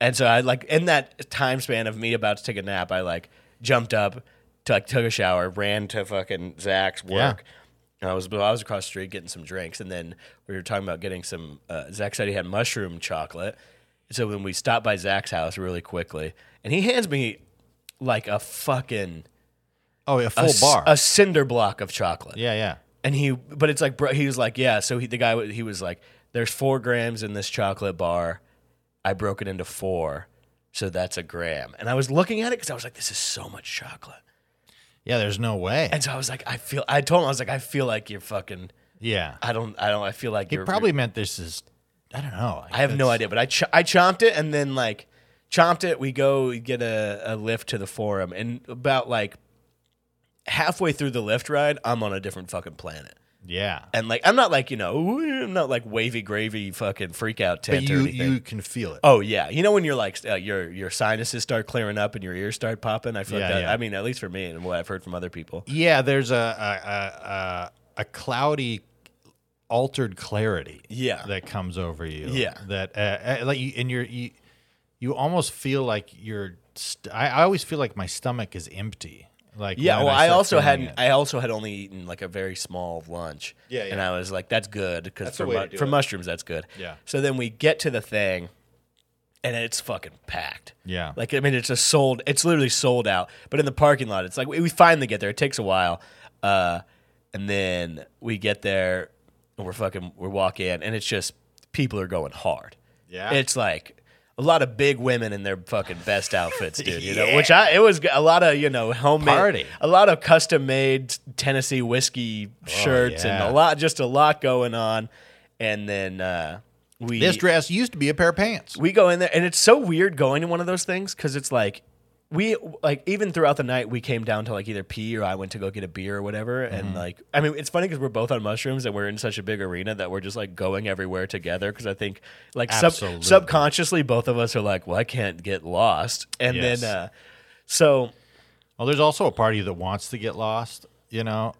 and so I like in that time span of me about to take a nap, I like jumped up, to, like took a shower, ran to fucking Zach's work. And I was I was across the street getting some drinks, and then we were talking about getting some. Uh, Zach said he had mushroom chocolate, so when we stopped by Zach's house really quickly, and he hands me like a fucking oh, a a full c- bar. a cinder block of chocolate. yeah, yeah. And he, but it's like, bro, he was like, yeah. So he, the guy, wa- he was like, there's four grams in this chocolate bar. I broke it into four, so that's a gram. And I was looking at it because I was like, this is so much chocolate. Yeah, there's no way. And so I was like, I feel. I told him I was like, I feel like you're fucking. yeah. I don't. I don't. I feel like He you're probably meant this is, I don't know. I have no idea, but I ch- I chomped it and then like chomped it. We go we get a, a lift to the forum, and about like halfway through the lift ride, I'm on a different fucking planet. Yeah. And like I'm not like you know "Ooh," I'm not like wavy gravy fucking freak out But tent or you, anything. you can feel it. oh yeah, you know when you're like uh, your your sinuses start clearing up and your ears start popping. I feel Yeah, like that. yeah. I mean, at least for me and what I've heard from other people. Yeah, there's a a, a, a, a cloudy, altered clarity. Yeah. that comes over you. Yeah. that uh, uh, like you, and you're you, you almost feel like you're. St- I, I always feel like my stomach is empty. Like Yeah, when well, I, start also feeling hadn't. it. I also had only eaten like a very small lunch. Yeah, And yeah. I was like, "That's good because for the way mu- to do for it. mushrooms, that's good." Yeah. So then we get to the thing, and it's fucking packed. Yeah. Like I mean, it's just sold. It's literally sold out. But in the parking lot, it's like we, we finally get there. It takes a while, uh, and then we get there, and we're fucking. We walk in, and it's just people are going hard. Yeah. It's like. A lot of big women in their fucking best outfits, dude. You know, which I it was a lot of you know homemade Party. a lot of custom made Tennessee whiskey shirts Oh, yeah. and a lot just a lot going on. And then uh, we This dress used to be a pair of pants. we go in there and it's so weird going to one of those things because it's like we like even throughout the night we came down to like either pee or I went to go get a beer or whatever Mm-hmm. and like I mean it's funny because we're both on mushrooms and we're in such a big arena that we're just like going everywhere together because I think like sub- Absolutely. subconsciously both of us are like well I can't get lost and Yes. then uh, so Well, there's also a party that wants to get lost. You know,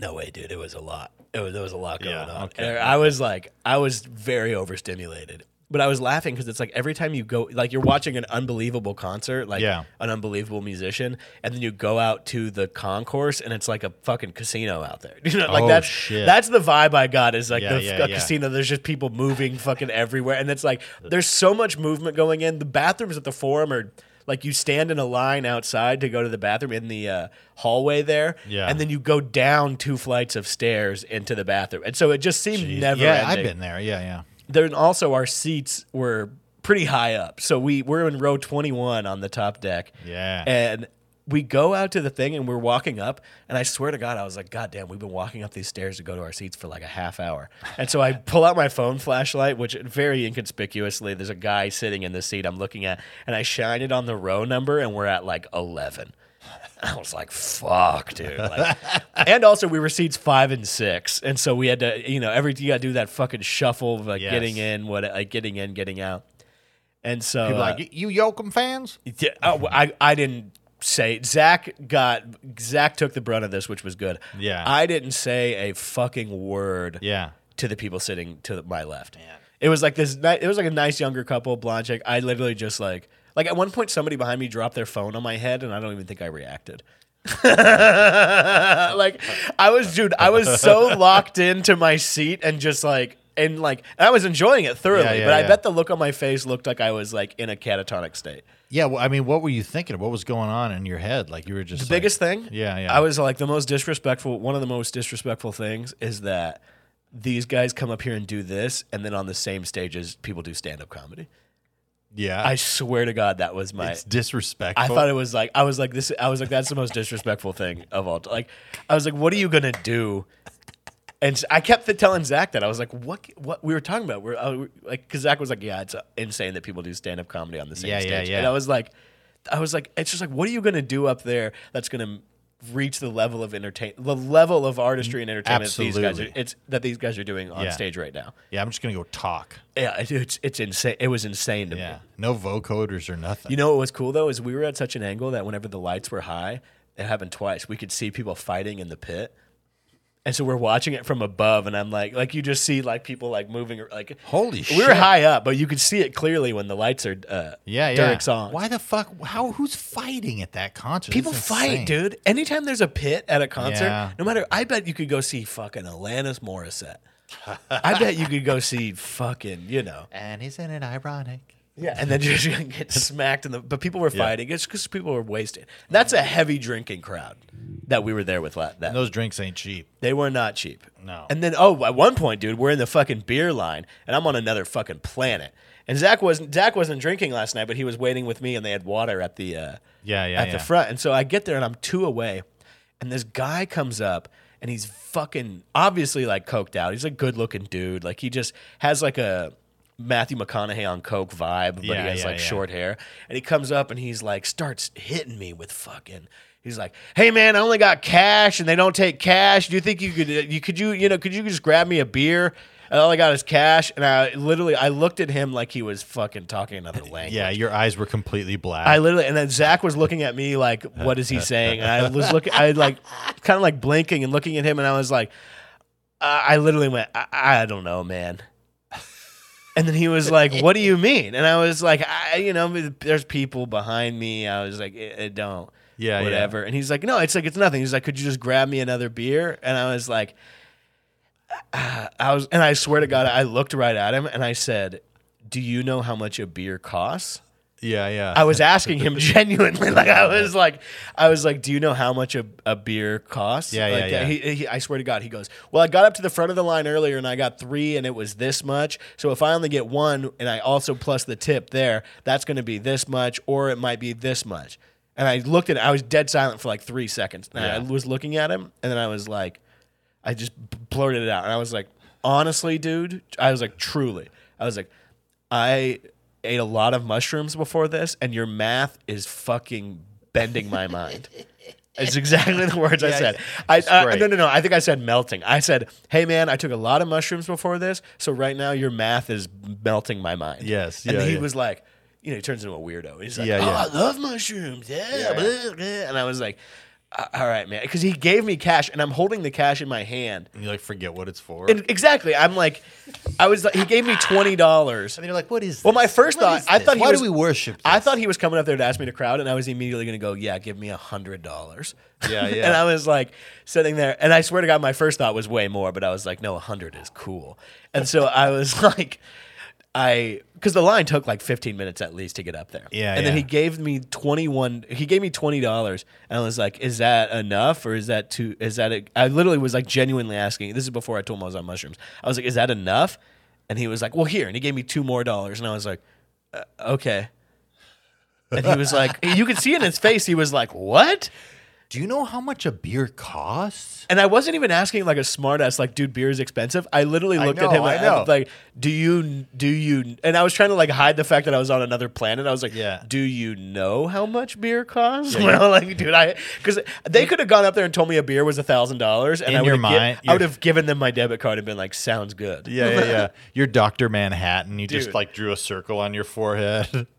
No way, dude. It was a lot. It was, there was a lot going Yeah, on. okay. And I was like, I was very overstimulated. But I was laughing because it's like every time you go, like you're watching an unbelievable concert, like Yeah. an unbelievable musician, and then you go out to the concourse and it's like a fucking casino out there. You know, like Oh, that's shit. that's the vibe I got is like Yeah, the, yeah, a yeah. casino. There's just people moving fucking everywhere, and it's like there's so much movement going in. The bathrooms at the forum are like you stand in a line outside to go to the bathroom in the uh, hallway there, Yeah. and then you go down two flights of stairs into the bathroom, and so it just seemed never yeah, I've ending. been there. Yeah, yeah. Then also our seats were pretty high up, so we we're in row twenty one on the top deck. Yeah. and we go out to the thing and we're walking up, and I swear to God, I was like, God damn, we've been walking up these stairs to go to our seats for like a half hour, and so I pull out my phone flashlight, which very inconspicuously there's a guy sitting in the seat I'm looking at, and I shine it on the row number, and we're at like eleven. I was like, "Fuck, dude!" Like, and also, we were seats five and six, and so we had to, you know, every you got to do that fucking shuffle of like Yes. getting in, what, like getting in, getting out, and so People uh, are like you, you Yoakum fans. yeah, oh, I I didn't say Zach got Zach took the brunt of this, which was good. Yeah. I didn't say a fucking word Yeah. to the people sitting to the- my left. It was like this. ni- It was like a nice younger couple, blonde chick. I literally just like like at one point somebody behind me dropped their phone on my head, and I don't even think I reacted. like I was, dude, I was so locked into my seat and just like. And like, and I was enjoying it thoroughly, Yeah, yeah, but I yeah. bet the look on my face looked like I was like in a catatonic state. Yeah. Well, I mean, what were you thinking? What was going on in your head? Like you were just The biggest thing. Yeah, yeah. I was like the most disrespectful. One of the most disrespectful things is that these guys come up here and do this, and then on the same stage as people do stand up comedy. Yeah. I swear to God, that was my. it's disrespectful. I thought it was like I was like this. I was like that's the most disrespectful thing of all. Like I was like, what are you gonna do? And s- I kept telling Zach that I was like, what? What we were talking about? We're, I, we like, because Zach was like, yeah, it's uh, insane that people do stand up comedy on the same Yeah, yeah, stage. yeah. And I was like, I was like, it's just like, what are you gonna do up there that's gonna reach the level of entertain the level of artistry and entertainment these guys are, Absolutely. it's that these guys are doing on Yeah. stage right now. Yeah, I'm just gonna go talk. Yeah, it- it's it's insane. It was insane to me. Yeah, no vocoders or nothing. You know what was cool though is we were at such an angle that whenever the lights were high, it happened twice. We could see people fighting in the pit. And so we're watching it from above, and I'm like, like you just see like people like moving, like Holy we shit. were high up, but you could see it clearly when the lights are uh, yeah, yeah. Derek's on. Why the fuck? How? Who's fighting at that concert? People This is fight, insane. dude. Anytime there's a pit at a concert, Yeah. no matter, I bet you could go see fucking Alanis Morissette. I bet you could go see fucking, you know. And isn't it ironic? Yeah. And then just get smacked in the. But people were fighting. It's because people were wasted. That's a heavy drinking crowd that we were there with. la- That Those drinks ain't cheap. they were not cheap. No. And then oh, at one point, dude, we're in the fucking beer line, and I'm on another fucking planet. And Zach wasn't Zach wasn't drinking last night, but he was waiting with me, and they had water at the uh, Yeah, yeah, at yeah. the front. And so I get there, and I'm two away, and this guy comes up, and he's fucking obviously like coked out. He's a good looking dude, like he just has like a Matthew McConaughey on coke vibe, but Yeah, he has yeah, like yeah. short hair. And he comes up and he's like, starts hitting me with fucking. He's like, "Hey man, I only got cash, and they don't take cash. Do you think you could, you could you, you know, could you just grab me a beer? And all I got is cash." And I literally, I looked at him like he was fucking talking another language. Yeah, your eyes were completely black. I literally, and then Zach was looking at me like, "What is he saying?" And I was looking, I like, kind of like blinking and looking at him, and I was like, "I, I literally went, I, I don't know, man." And then he was like, "What do you mean?" And I was like, I, "You know, there's people behind me." I was like, "I, I don't, Yeah, yeah. whatever." And he's like, "No, it's like it's nothing." He's like, "Could you just grab me another beer?" And I was like, ah, "I was," and I swear to God, I looked right at him and I said, "Do you know how much a beer costs?" yeah, yeah. I was asking him genuinely, like I was like, I was like, do you know how much a, a beer costs? Yeah, like, yeah, yeah. He, he, I swear to God, he goes, well, I got up to the front of the line earlier and I got three and it was this much. So if I only get one and I also plus the tip there, that's going to be this much, or it might be this much. And I looked at, I was dead silent for like three seconds. And I Yeah. was looking at him, and then I was like, I just b- blurted it out, and I was like, honestly, dude, I was like, truly, I was like, I ate a lot of mushrooms before this, and your math is fucking bending my mind. It's exactly the words I Yeah, said. yeah. I, It's I uh, great. no no no. I think I said melting. I said, "Hey man, I took a lot of mushrooms before this, so right now your math is melting my mind." Yes, And yeah, he yeah. was like, you know, he turns into a weirdo. He's like, Yeah, "Oh, yeah. I love mushrooms. Yeah, blah, blah." And I was like, "A- all right, man. Because he gave me cash and I'm holding the cash in my hand. And you like forget what it's for. And exactly. I'm like, I was like, he gave me $20. and you're like, what is? Well, my this? first What thought- is I this? thought he Why was- do we worship? This? I thought he was coming up there to ask me to crowd, and I was immediately going to go, yeah, give me $100. Yeah, yeah. and I was like sitting there, and I swear to God, my first thought was way more, but I was like, no, 100 is cool. And so I was like, I, because the line took like 15 minutes at least to get up there. Yeah, And then yeah. he gave me 21, he gave me $20, and I was like, is that enough or is that too, is that, a, I literally was like genuinely asking, this is before I told him I was on mushrooms. I was like, is that enough? And he was like, well, here. And he gave me two more dollars, and I was like, uh, okay. And he was like, you could see in his face, he was like, what? Do you know how much a beer costs? And I wasn't even asking like a smart ass, like, dude, beer is expensive. I literally I looked know, at him I like, know. like, do you, do you, and I was trying to like hide the fact that I was on another planet. I was like, Yeah. do you know how much beer costs? well, like, dude, I, because they could have gone up there and told me a beer was a thousand dollars. And In I would your have gi- mind, I you're- would have given them my debit card and been like, sounds good. Yeah, yeah, yeah. You're Doctor Manhattan. You Dude. just like drew a circle on your forehead.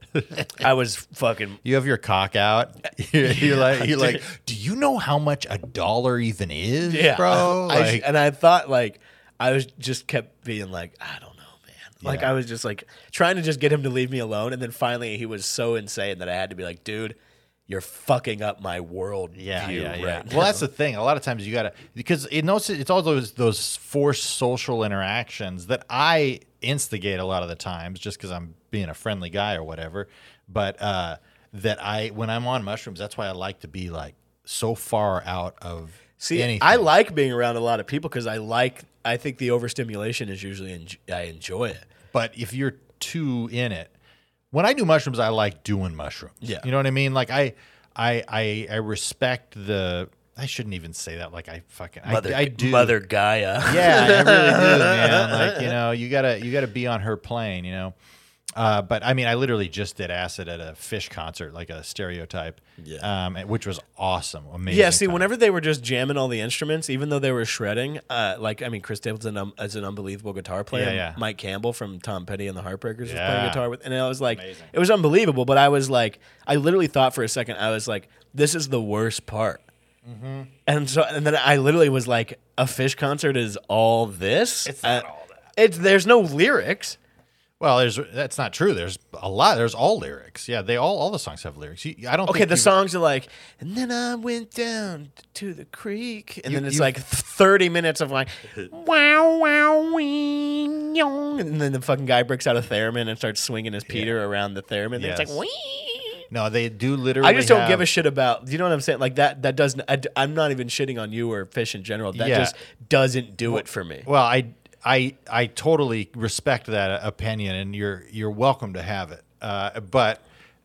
I was fucking, you have your cock out. You're, you're like, you're like, do you know how much a dollar even is, yeah, bro? I- I- Like, and I thought like I was just kept being like, I don't know, man. Like Yeah. I was just like trying to just get him to leave me alone, and then finally he was so insane that I had to be like, dude, you're fucking up my world yeah, view. yeah, yeah. right now." Well, that's the thing. A lot of times you gotta because it knows it's all those those forced social interactions that I instigate a lot of the times just because I'm being a friendly guy or whatever. But uh, that I when I'm on mushrooms, that's why I like to be like so far out of See, anything. I like being around a lot of people because I like. I think the overstimulation is usually en- I enjoy it. but if you're too in it when i do mushrooms i like doing mushrooms Yeah. you know what i mean like i i i, I respect the i shouldn't even say that like i fucking Mother, I, I do Mother Gaia. yeah i really do man like you know you gotta you gotta be on her plane you know Uh, but I mean, I literally just did acid at a fish concert, like a stereotype, Yeah. um, and- which was awesome, amazing. Yeah, see, time. whenever they were just jamming all the instruments, even though they were shredding, uh, like I mean, Chris Stapleton um, is an unbelievable guitar player. Yeah, yeah. Mike Campbell from Tom Petty and the Heartbreakers was Yeah. playing guitar with, and I was like, it was unbelievable. But I was like, I literally thought for a second, I was like, this is the worst part. Mm-hmm. And so, and then I literally was like, a fish concert is all this. It's not all that. It's there's no lyrics. well, there's that's not true. There's a lot. There's all lyrics. Yeah, they all all the songs have lyrics. You, I don't. Okay, think the you've- songs are like, and then I went down to the creek, and You- then it's you- like thirty minutes of like, wow, wow, wee, yong. and then the fucking guy breaks out a theremin and starts swinging his peter around the theremin. And It's Yes. like, wee. No, they do literally. I just don't give a have- shit about. You know what I'm saying? Like that. That doesn't. I, am not even shitting on you or fish in general. That Yeah. just doesn't do it for me. Well, I I I totally respect that opinion, and you're you're welcome to have it. Uh, but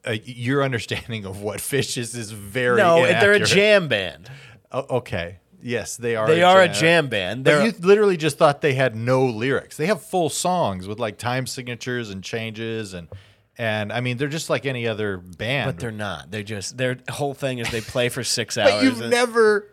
uh, your understanding of what fish is is very No, they're a inaccurate. jam band. O- okay. Yes, they are. They are a jam band. They're But you literally just thought they had no lyrics. They have full songs with like time signatures and changes and and I mean they're just like any other band. but they're not. They're just their whole thing is they play for six hours. But you've and- never.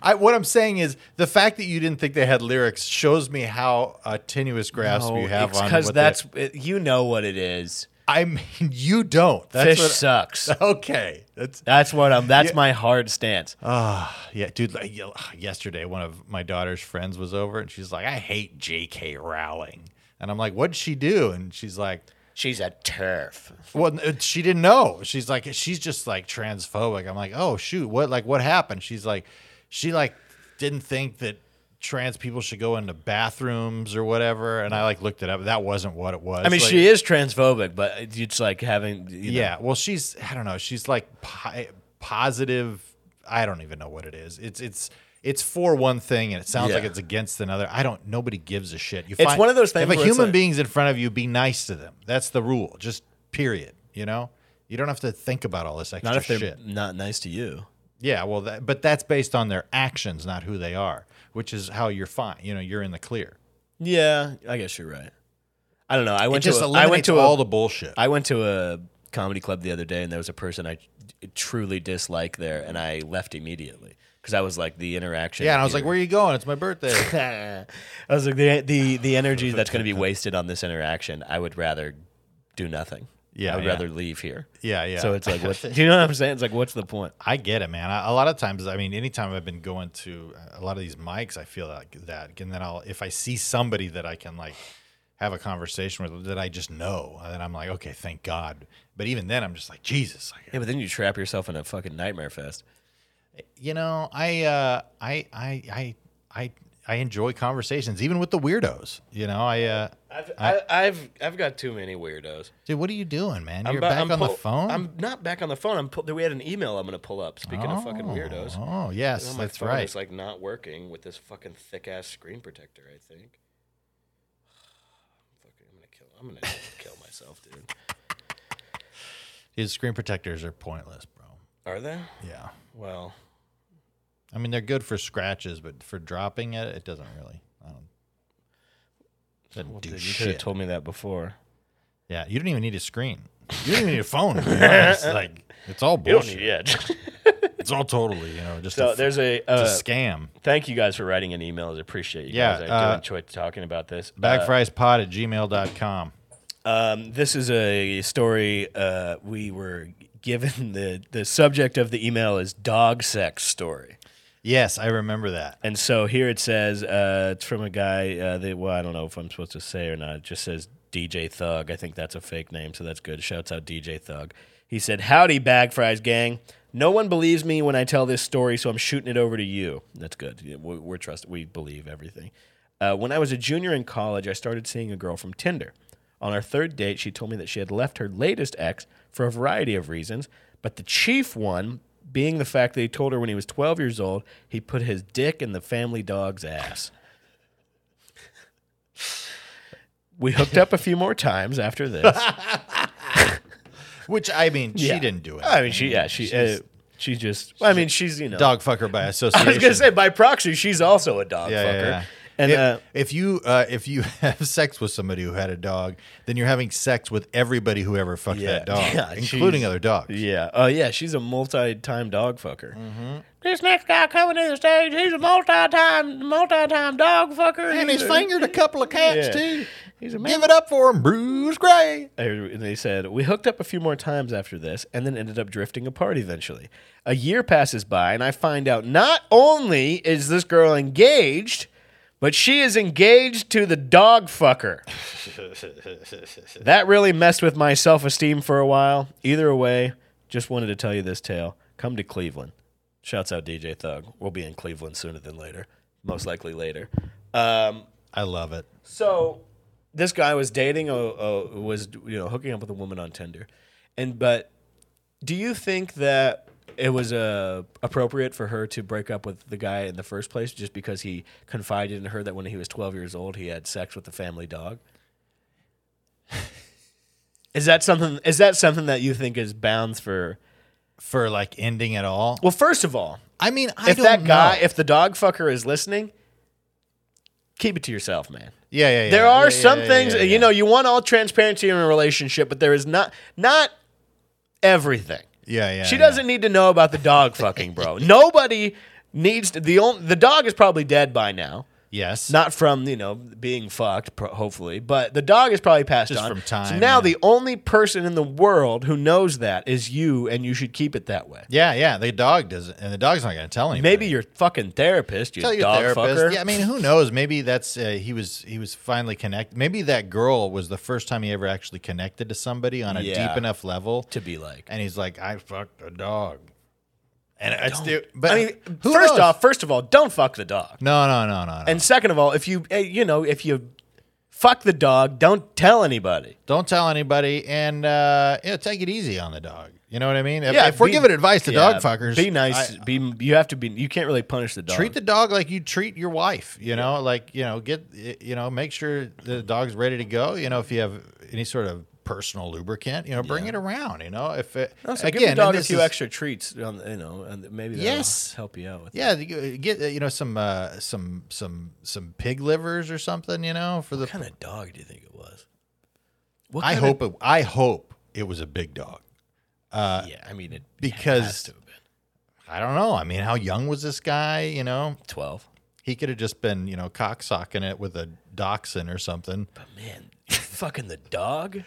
I, what I'm saying is the fact that you didn't think they had lyrics shows me how a tenuous grasp you have on because what they- Oh, that's it- you know what it is. I mean, you don't. That's Fish what- sucks. Okay, that's That's what I'm. That's my hard stance. yeah, dude. Like, ye- yesterday, one of my daughter's friends was over, and she's like, "I hate J.K. Rowling," and I'm like, "What'd she do?" And she's like, She's a turf. Well, n- uh, she didn't know. She's like, she's just like transphobic. I'm like, oh shoot, what like what happened? She's like, she like didn't think that trans people should go into bathrooms or whatever. And I like looked it up. That wasn't what it was. I mean, Like, she is transphobic, but it's just like having. You know, Yeah. Well, she's I don't know. She's like pi- positive. I don't even know what it is. It's it's. It's for one thing, and it sounds Yeah. like it's against another. I don't. Nobody gives a shit. You It's one of those things If a where it's human like- being's in front of you, be nice to them. That's the rule. Just period. You know, you don't have to think about all this extra Not if they're shit. not nice to you. Yeah. Well, that, but that's based on their actions, not who they are, which is how you're fine. You know, you're in the clear. Yeah, I guess you're right. I don't know. I It went just to. A, I eliminates went to all a, the bullshit. I went to a comedy club the other day, and there was a person I truly dislike there, and I left immediately because I was like the interaction. yeah. And I was here- like, where are you going? It's my birthday. I was like, the the the energy that's going to be wasted on this interaction, I would rather do nothing. Yeah, I would yeah. rather leave here. yeah. Yeah. So it's like, what's, do you know what I'm saying? It's like, what's the point? I get it, man. I, a lot of times, I mean, anytime I've been going to a lot of these mics, I feel like that. And then I'll, if I see somebody that I can like have a conversation with that I just know, and then I'm like, okay, thank God. But even then, I'm just like, Jesus, like, Yeah, but then you trap yourself in a fucking nightmare fest. you know, I, uh, I, I, I, I, I enjoy conversations, even with the weirdos. You know, I, uh, I've I, I've I've got too many weirdos. dude, what are you doing, man? You're bu- back on the pull- phone. I'm not back on the phone. I'm pull, we had an email. I'm gonna pull up. Speaking of fucking weirdos, Oh Oh, yes, my that's phone right. is like not working with this fucking thick ass screen protector. I think. Fucking, I'm gonna kill. I'm gonna kill myself, dude. His screen protectors are pointless, bro. Are they? Yeah. Well, I mean, they're good for scratches, but for dropping it, it doesn't really. I don't, doesn't well, do dude, you should have shit. told me that before. yeah, you don't even need a screen. You don't even need a phone. to be honest. like it's all bullshit. yet. It's all totally, you know, just a, so f- there's a. it's a Uh, scam. thank you guys for writing an email. I appreciate you Yeah, guys. I uh, do enjoy talking about this. Uh, Bagfriespod at gmail.com. Um, this is a story uh, we were given. the The subject of the email is dog sex story. Yes, I remember that. And so here it says uh, it's from a guy. Uh, that, well, I don't know if I'm supposed to say or not. It just says DJ Thug. I think that's a fake name, so that's good. Shouts out DJ Thug. He said, "Howdy, Bag Fries Gang. No one believes me when I tell this story, so I'm shooting it over to you. That's good. Yeah, we- We're trust. We believe everything." Uh, when I was a junior in college, I started seeing a girl from Tinder. On our third date, she told me that she had left her latest ex for a variety of reasons, but the chief one being the fact that he told her when he was 12 years old, he put his dick in the family dog's ass. We hooked up a few more times after this. Which, I mean, Yeah. she didn't do it. I mean, she, yeah, she, uh, she just, well, I mean, she's, you know, Dog fucker by association. I was going to say, by proxy, she's also a dog Yeah, yeah, fucker. yeah. And, if, uh, if you uh, if you have sex with somebody who had a dog, then you're having sex with everybody who ever fucked Yeah. that dog, Yeah, including jeez. other dogs. Yeah. Oh, yeah. She's a multi-time dog fucker. This next guy coming to the stage, he's a multi-time, multi-time dog fucker. And He's he's a- fingered a couple of cats Yeah. too. He's a Give it up for him, Bruce Gray. And they said, We hooked up a few more times after this and then ended up drifting apart eventually. A year passes by, and I find out not only is this girl engaged, but she is engaged to the dog fucker. that really messed with my self esteem for a while. Either way, just wanted to tell you this tale. Come to Cleveland. Shouts out DJ Thug. We'll be in Cleveland sooner than later, most likely later. Um, I love it. so this guy was dating, uh, uh, was you know hooking up with a woman on Tinder, and but do you think that it was uh, appropriate for her to break up with the guy in the first place just because he confided in her that when he was 12 years old he had sex with the family dog? is that something? Is that something that you think is bounds for? For like ending it all. Well, first of all, I mean, I if don't that guy, know. if the dog fucker is listening, keep it to yourself, man. yeah, yeah, yeah. There are Yeah, yeah, some yeah, things yeah, you know. You want all transparency in a relationship, but there is not not everything. Yeah, yeah. she yeah. doesn't need to know about the dog fucking, bro. Nobody needs to, the only, the dog is probably dead by now. Yes. Not from you know being fucked, pro- hopefully, but the dog is probably passed Just on. from time, so now yeah. the only person in the world who knows that is you, and you should keep it that way. Yeah, yeah. The dog doesn't, and the dog's not going to tell anybody. Maybe your fucking therapist, you tell your dog therapist. fucker. Yeah, I mean, who knows? Maybe that's uh, he was he was finally connected. Maybe that girl was the first time he ever actually connected to somebody on a Yeah. deep enough level to be like, and he's like, "I fucked a dog," and it's the, but I mean, who first knows? off, first of all, don't fuck the dog. no, no, no, no, no. And second of all, if you eh, you know if you fuck the dog, don't tell anybody. Don't tell anybody, and uh, you know, take it easy on the dog. You know what I mean? If, if we're be- giving advice to yeah, dog fuckers, Be nice. I- be you have to be. You can't really punish the dog. treat the dog like you treat your wife you know like you know get you know make sure the dog's ready to go you know if you have any sort of personal lubricant you know bring it around you know if it Also, again give the and dog a this few is- extra treats. On, you know, and maybe that'll Yes. help you out with. yeah you- get uh, you know some uh some some some pig livers or something you know for the What kind of dog do you think it was? What i kind of- hope it, i hope it was a big dog yeah, I mean it has because to have been i don't know i mean how young was this guy you know twelve. he could have just been you know cocksocking it with a dachshund or something But man, fucking the dog.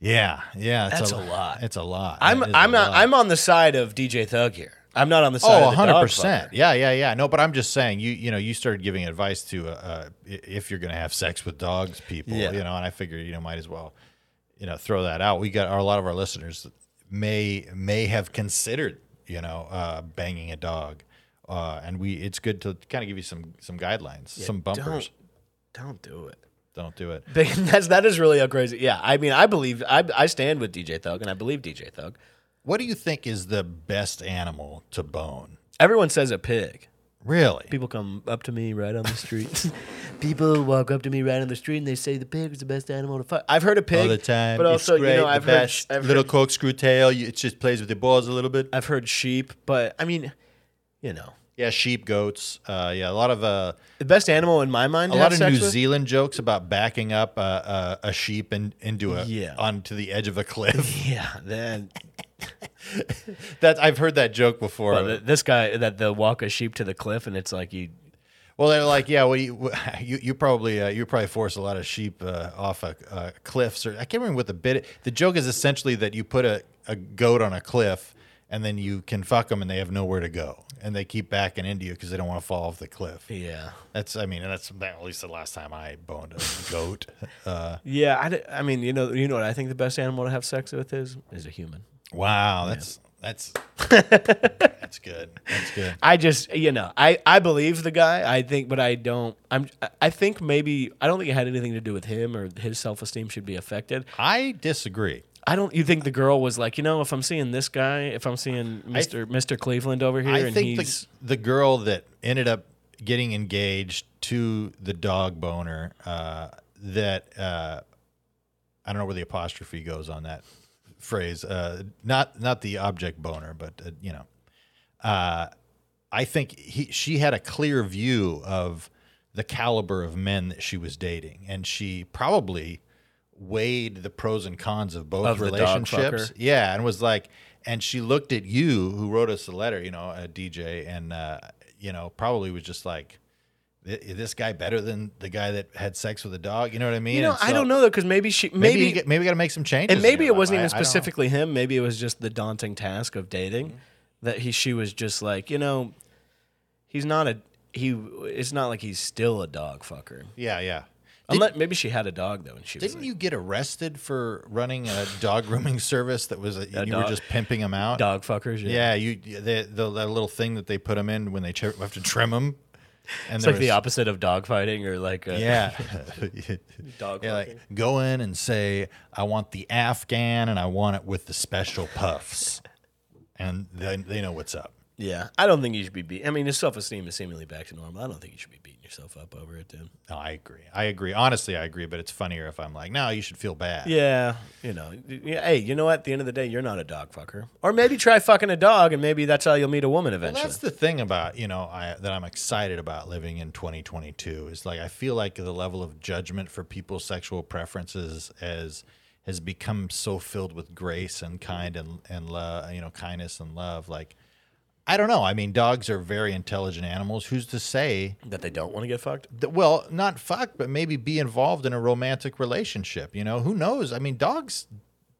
yeah yeah it's That's a lot. it's a lot I'm It is a I'm not, lot. I'm on the side of DJ Thug here. I'm not on the side. Oh, of the dog 100%. Yeah, yeah, yeah. No, but I'm just saying you you know, you started giving advice to uh, uh i- if you're going to have sex with dogs people, Yeah. you know, and I figure, you know, might as well you know, throw that out. We got a lot of our listeners may may have considered, you know, uh banging a dog. Uh and we it's good to kind of give you some some guidelines, some fucker. bumpers. Don't don't do it. Don't. do it. They- That's that is really a crazy. Yeah, I mean, I believe I I stand with DJ Thug and I believe DJ Thug. What do you think is the best animal to bone? Everyone says a pig. Really? People come up to me right on the street. People walk up to me right on the street and they say the pig is the best animal to fuck. I've heard a pig all the time. but It's also great, you know the I've heard, best. I've, little heard, corkscrew tail. You, it just plays with your balls a little bit. I've heard sheep, but I mean, you know, Yeah, sheep, goats. Uh, yeah, a lot of uh, the best animal in my mind. a to lot have of sex New with- Zealand jokes about backing up uh, uh, a sheep and into a Yeah. onto the edge of a cliff. Yeah, then that I've heard that joke before. but th- this guy that the walk a sheep to the cliff and it's like you. well, they're like, yeah, well, you you, you probably uh, you probably force a lot of sheep uh, off a uh, cliffs or I can't remember what the bit. The joke is essentially that you put a, a goat on a cliff. And then you can fuck them, and they have nowhere to go, and they keep backing into you because they don't want to fall off the cliff. Yeah. That's, I mean, that's that, at least the last time I boned a goat. Uh, Yeah, I, d- I mean, you know, you know what I think the best animal to have sex with is is a human. wow, that's that's that's good. That's good. I just, you know, I I believe the guy. I think, but I don't. I'm. I- I think maybe I don't think it had anything to do with him or his self esteem should be affected. I disagree. I don't. You think the girl was like, you know, if I'm seeing this guy, if I'm seeing Mister Mister Cleveland over here, I and think he's the, the girl that ended up getting engaged to the dog boner uh, that uh, I don't know where the apostrophe goes on that phrase. Uh, not not the object boner, but uh, you know, uh, I think he she had a clear view of the caliber of men that she was dating, and she probably weighed the pros and cons of both Of the dog relationships. fucker. yeah, and was like, and she looked at you, who wrote us the letter, you know, a DJ, and uh, you know, probably was just like. "I- Is this guy better than the guy that had sex with a dog? You know what I mean? You know, And I so- don't know though, because maybe she Maybe maybe maybe, maybe we got to make some changes. and maybe in your it wasn't life. even I- I don't Mm-hmm. know. specifically him. Maybe it was just the daunting task of dating that he she was just like you know, he's not a he. It's not like he's still a dog fucker. Yeah, yeah. Unless maybe she had a dog though, and she was Didn't like, you get arrested for running a dog grooming service that was you were dog- just pimping them out? dog fuckers. Yeah, you the, the that little thing that they put them in when they ch- have to trim them. And it's there like the was- opposite of dog fighting or like a, Yeah. dog yeah, fucking. like go in and say I want the Afghan and I want it with the special puffs, and they they know what's up. Yeah, I don't think you should be beat. I mean, his self esteem is seemingly back to normal. I don't think you should be beating yourself up over it, dude. No, I agree. I agree. Honestly, I agree. But it's funnier if I'm like, no, you should feel bad. Yeah, you know. Yeah, hey, you know what? At the end of the day, you're not a dog fucker. Or maybe try fucking a dog, and maybe that's how you'll meet a woman eventually. Well, that's the thing about you know I, that I'm excited about living in 2022 is like I feel like the level of judgment for people's sexual preferences as has become so filled with grace and kind and and love you know kindness and love like I don't know I mean dogs are very intelligent animals who's to say that they don't want to get fucked. that, well not fuck but maybe be involved in a romantic relationship you know who knows I mean dogs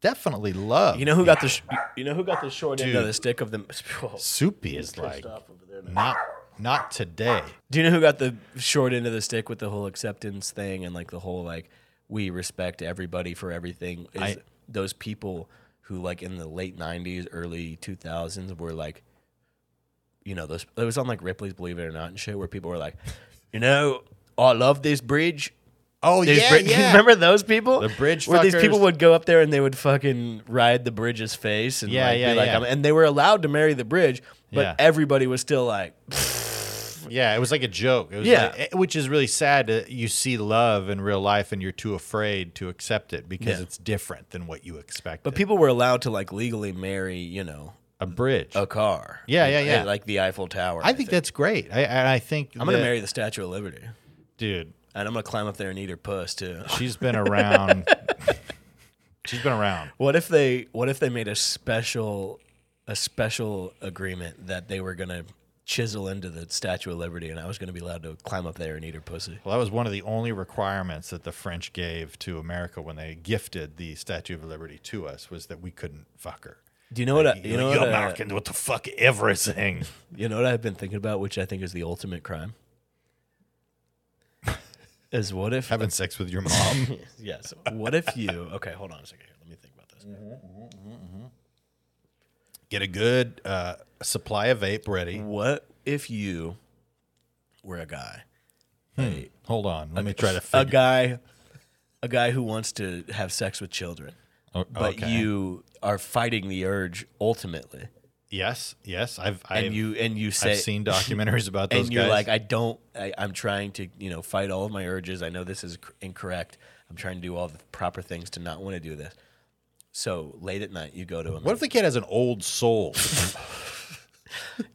definitely love You know who got the sh- you know who got the short end Dude. of the stick of the Whoa. Soupy is like not not today. Do you know who got the short end of the stick with the whole acceptance thing and like the whole like we respect everybody for everything? Is I- those people who like in the late '90s, early 2000s were like, you know, those it was on like Ripley's Believe It or Not and shit, where people were like, you know, I love this bridge. Oh These yeah, bri- yeah. Remember those people? The bridge where these people fuckers. would go up there and they would fucking ride the bridge's face and Yeah, like, yeah, be like, yeah. I'm- and they were allowed to marry the bridge, but Yeah. everybody was still like, Yeah, it was like a joke. It was Yeah. like- eh, which is really sad. That you see love in real life, and you're too afraid to accept it because Yeah. it's different than what you expect. but people were allowed to like legally marry, you know, a bridge. a car. Yeah, yeah, yeah. Like the Eiffel Tower. I think that's great. I and I think I'm gonna that- marry the Statue of Liberty, dude. and I'm gonna climb up there and eat her puss too. She's been around. she's been around. What if they? What if they made a special, a special agreement that they were gonna chisel into the Statue of Liberty, and I was gonna be allowed to climb up there and eat her pussy? Well, that was one of the only requirements that the French gave to America when they gifted the Statue of Liberty to us was that we couldn't fuck her. Do you know what? I, You, you know you what? uh, I, Americans, what the fuck, everything. You know what I've been thinking about, which I think is the ultimate crime? is what if Having sex with your mom. yes. What if you okay, hold on a second here. Let me think about this. get a good uh, supply of vape ready. What if you were a guy? A, Hold on, let me try to a figure. guy a guy who wants to have sex with children. o- But okay. you are fighting the urge ultimately. yes, yes, I've I've, And you and you I've say seen documentaries about those and you're guys. like, I don't. I, I'm trying to, you know, fight all of my urges. I know this is cr- incorrect. I'm trying to do all the proper things to not want to do this. So late at night, you go to him. what if the kid has an old soul?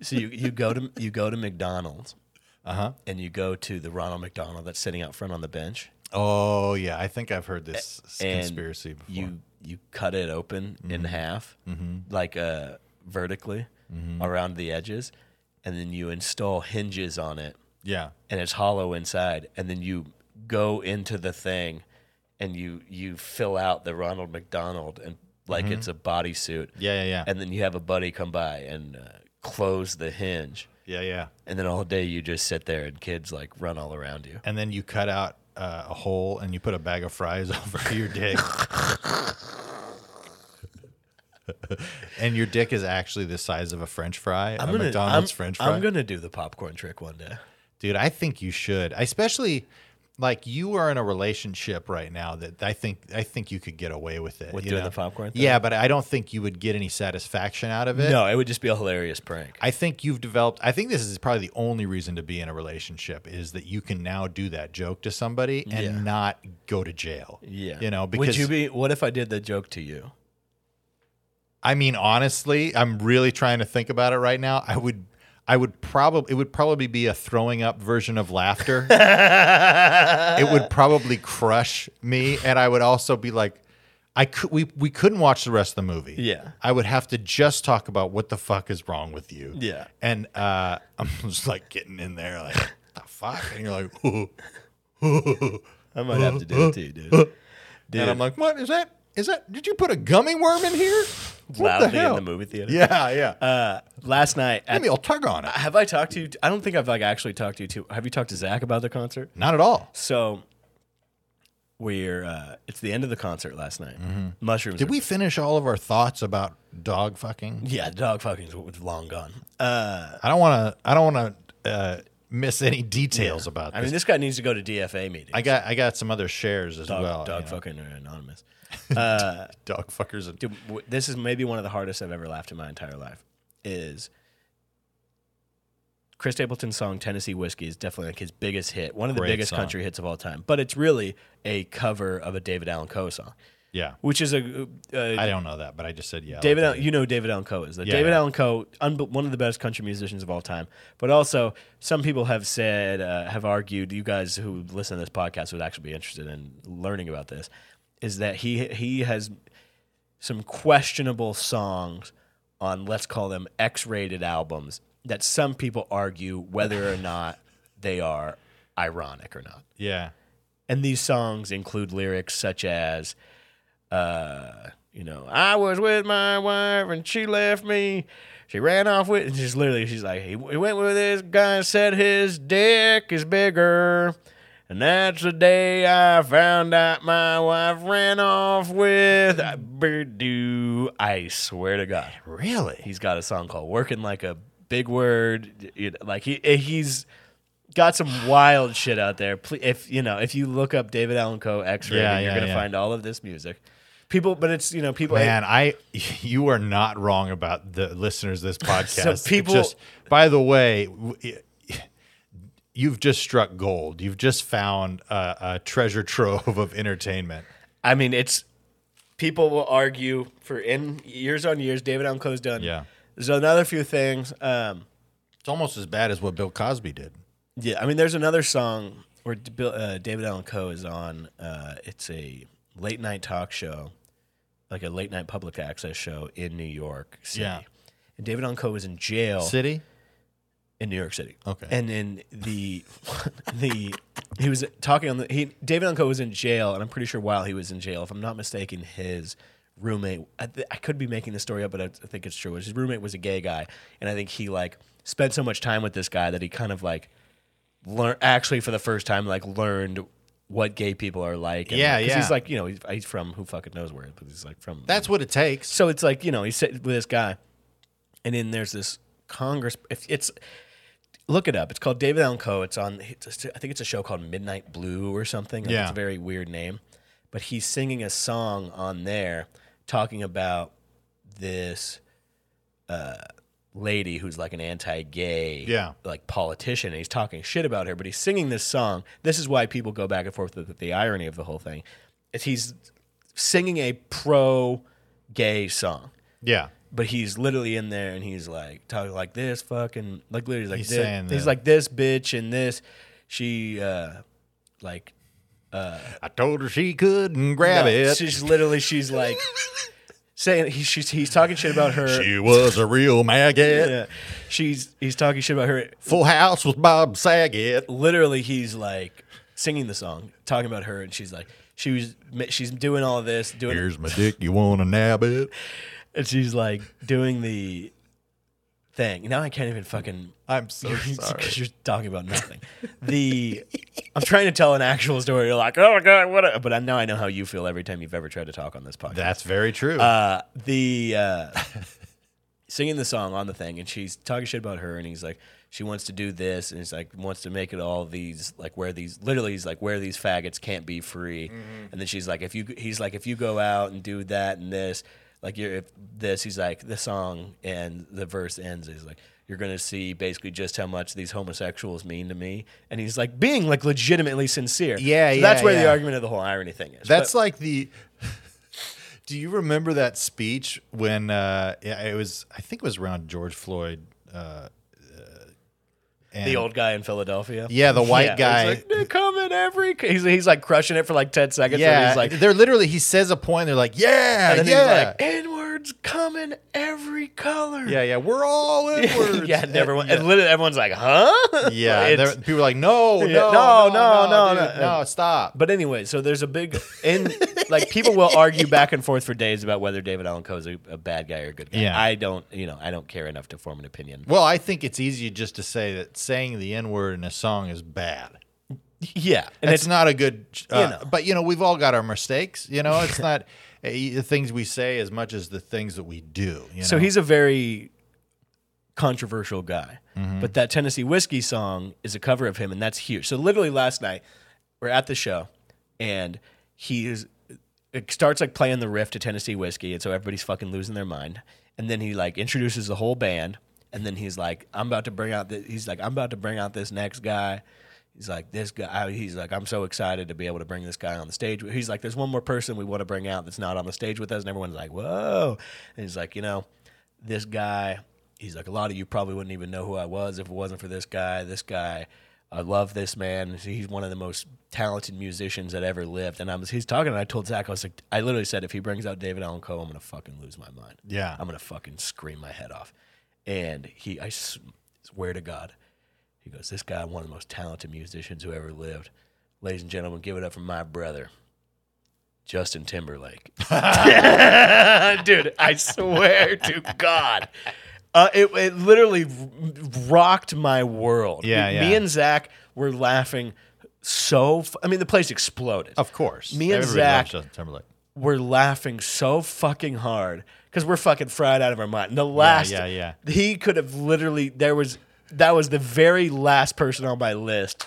So you, you go to you go to McDonald's, Uh-huh. uh huh, and you go to the Ronald McDonald that's sitting out front on the bench, oh yeah, I think I've heard this s- and conspiracy before. Mm-hmm. You you cut it open in half, like uh, vertically Mm-hmm. around the edges, and then you install hinges on it. yeah, and it's hollow inside and then you go into the thing and you you fill out the Ronald McDonald and like it's a bodysuit. Mm-hmm. yeah, yeah, yeah, And then you have a buddy come by and uh, close the hinge. yeah, yeah. And then all day you just sit there and kids like run all around you. And then you cut out uh, a hole and you put a bag of fries over your dick. And your dick is actually the size of a French fry, a McDonald's I'm- French fry. I'm going to do the popcorn trick one day. Dude, I think you should. Especially like you are in a relationship right now that I think I think you could get away with it. With you doing know? the popcorn thing? Yeah, but I don't think you would get any satisfaction out of it. No, it would just be a hilarious prank. I think you've developed I think this is probably the only reason to be in a relationship is that you can now do that joke to somebody and Yeah. not go to jail. Yeah. You know, Would because you be what if I did the joke to you? I mean honestly, I'm really trying to think about it right now. I would I would probably it would probably be a throwing up version of laughter. it would probably crush me, and I would also be like, I could we we couldn't watch the rest of the movie. Yeah. I would have to just talk about what the fuck is wrong with you. Yeah. and uh, I'm just like getting in there like what the fuck, and you're like, "Ooh." I might have to do it too, dude. and I'm like, what is that? Is that? Did you put a gummy worm in here? What Loudly in the movie theater. Yeah, yeah. Last night, at, Give me a tug on it. have I talked to you? I don't think I've like actually talked to you too. Have you talked to Zach about the concert? Not at all. So we're uh, it's the end of the concert last night. Mushrooms. Mm-hmm. Did are- we finish all of our thoughts about dog fucking? Yeah, dog fucking was long gone. Uh, I don't want to. I don't want to uh, miss any details about this. I mean, this guy needs to go to DFA meeting. I got. I got some other shares as dog well. dog you know. fucking are anonymous. dog fuckers. And, Dude, w- this is maybe one of the hardest I've ever laughed in my entire life. Is Chris Stapleton's song "Tennessee Whiskey" is definitely like his biggest hit, one of the Great biggest song. country hits of all time. But it's really a cover of a David Allen Coe song, yeah, which is a, a I don't know that, but I just said yeah. David, uh, like Allen, you know who David Allen Coe is the Yeah, David yeah. Allen Coe, unbe- one of the best country musicians of all time. But also, some people have said, uh, have argued, you guys who listen to this podcast would actually be interested in learning about this, is that he he has some questionable songs on let's call them X-rated albums that some people argue whether or not they are ironic or not. yeah, And these songs include lyrics such as, uh, you know, I was with my wife and she left me. She ran off with, and she's literally, she's like, he, he went with this guy and said his dick is bigger. And that's the day I found out my wife ran off with. I do. I swear to God. really. He's got a song called "Working Like a Big Word." You know, like he eh, he's got some wild shit out there. Ple- If you know, if you look up David Allen Coe X rated, Yeah, you're yeah, gonna yeah. find all of this music. People, but it's you know people. Man, I you are not wrong about the listeners of this podcast. It people- just, by the way, w- it- you've just struck gold. You've just found a, a treasure trove of entertainment. I mean, it's people will argue for in years on years. David Allen Coe's done. Yeah. There's another few things. Um, It's almost as bad as what Bill Cosby did. Yeah, I mean, there's another song where D- Bill- uh, David Allen Coe is on. Uh, it's a late night talk show, like a late night public access show in New York City. Yeah. And David Allen Coe was in jail City? in New York City. Okay. And in the the he was talking on the he David Allen Coe was in jail, and I'm pretty sure while he was in jail, if I'm not mistaken, his roommate I, th- I could be making this story up, but I, I think it's true. His roommate was a gay guy, and I think he like spent so much time with this guy that he kind of like learn actually for the first time like learned what gay people are like. and- Yeah, 'cause yeah. He's like you know he's, he's from who fucking knows where, but he's like from That's what it takes. so it's like you know he's sitting with this guy, and then there's this Congress. If it's look it up, it's called David Allen Coe. It's on. It's, I think it's a show called Midnight Blue or something. Like, it's Yeah. a very weird name, but he's singing a song on there talking about this uh, lady who's like an anti-gay Yeah. like politician and he's talking shit about her but he's singing this song this is why people go back and forth with the irony of the whole thing is he's singing a pro gay song Yeah. but he's literally in there and he's like talking like this fucking like literally like He's this, saying he's that- like this bitch and this she uh like I told her she couldn't grab no, it. she's literally she's like saying he, she's he's talking shit about her She was a real maggot. Yeah. she's he's talking shit about her Full House with Bob Saget. literally he's like singing the song talking about her and she's like she was she's doing all this doing Here's my dick. You want to nab it? and she's like doing the thing now I can't even fucking I'm so sorry. because you're talking about nothing. The I'm trying to tell an actual story. You're like, oh my god, what? A, but I, now I know how you feel every time you've ever tried to talk on this podcast. That's very true. uh, the uh, singing the song on the thing, and she's talking shit about her, and he's like, she wants to do this, and he's like, wants to make it all these like where these literally he's like where these faggots can't be free, Mm-hmm. and then she's like, if you he's like if you go out and do that and this. Like you're if this, he's like the song and the verse ends. He's like, you're gonna see basically just how much these homosexuals mean to me, and he's like being like legitimately sincere. Yeah, So That's yeah, where the yeah. argument of the whole irony thing is. That's like the. Do you remember that speech when uh, yeah, it was? I think it was around George Floyd uh, uh, and the old guy in Philadelphia. yeah, the white he's guy. like, "They're coming every. c-" He's, he's like crushing it for like ten seconds. yeah, and he's like, they're literally. He says a point. They're like, yeah, and then yeah, he's like, inwards coming every color. yeah, yeah. We're all inwards. yeah, and everyone Yeah. and literally everyone's like, huh? Yeah, It's- there- people are like, no, Yeah, no, no, no, no, no, no, no, no, uh, dude, no. no, stop. But anyway, so there's a big and like people will argue back and forth for days about whether David Allan Coe is a, a bad guy or a good guy. Yeah. I don't, you know, I don't care enough to form an opinion. Well, I think it's easy just to say that saying the N word in a song is bad. Yeah, and And it's not a good, uh, know. but you know, we've all got our mistakes. You know, it's not uh, the things we say as much as the things that we do. You know? So he's a very controversial guy. But that Tennessee whiskey song is a cover of him, and that's huge. So literally last night, we're at the show, and he is it starts like playing the riff to Tennessee whiskey, and so everybody's fucking losing their mind. And then he like introduces the whole band, and then he's like, "I'm about to bring out the." He's like, "I'm about to bring out this next guy." He's like, "This guy." He's like, "I'm so excited to be able to bring this guy on the stage." He's like, "There's one more person we want to bring out that's not on the stage with us," and everyone's like, "Whoa!" And he's like, "You know, this guy." He's like, "A lot of you probably wouldn't even know who I was if it wasn't for this guy. This guy." I love this man. He's one of the most talented musicians that ever lived. And I was, he's talking, and I told Zach, I was like, I literally said, if he brings out David Allan Coe, I'm gonna fucking lose my mind. Yeah. I'm gonna fucking scream my head off. And he, I s- swear to God, he goes, this guy, one of the most talented musicians who ever lived. Ladies and gentlemen, give it up for my brother, Justin Timberlake. Dude, I swear to God. Uh, it, it literally rocked my world. Yeah, me, yeah. Me and Zach were laughing so. F- I mean, the place exploded. of course, Me and Everybody loves Zach- Justin Timberlake. We're laughing so fucking hard because we're fucking fried out of our mind. The last, yeah, yeah. He could have literally. There was that was the very last person on my list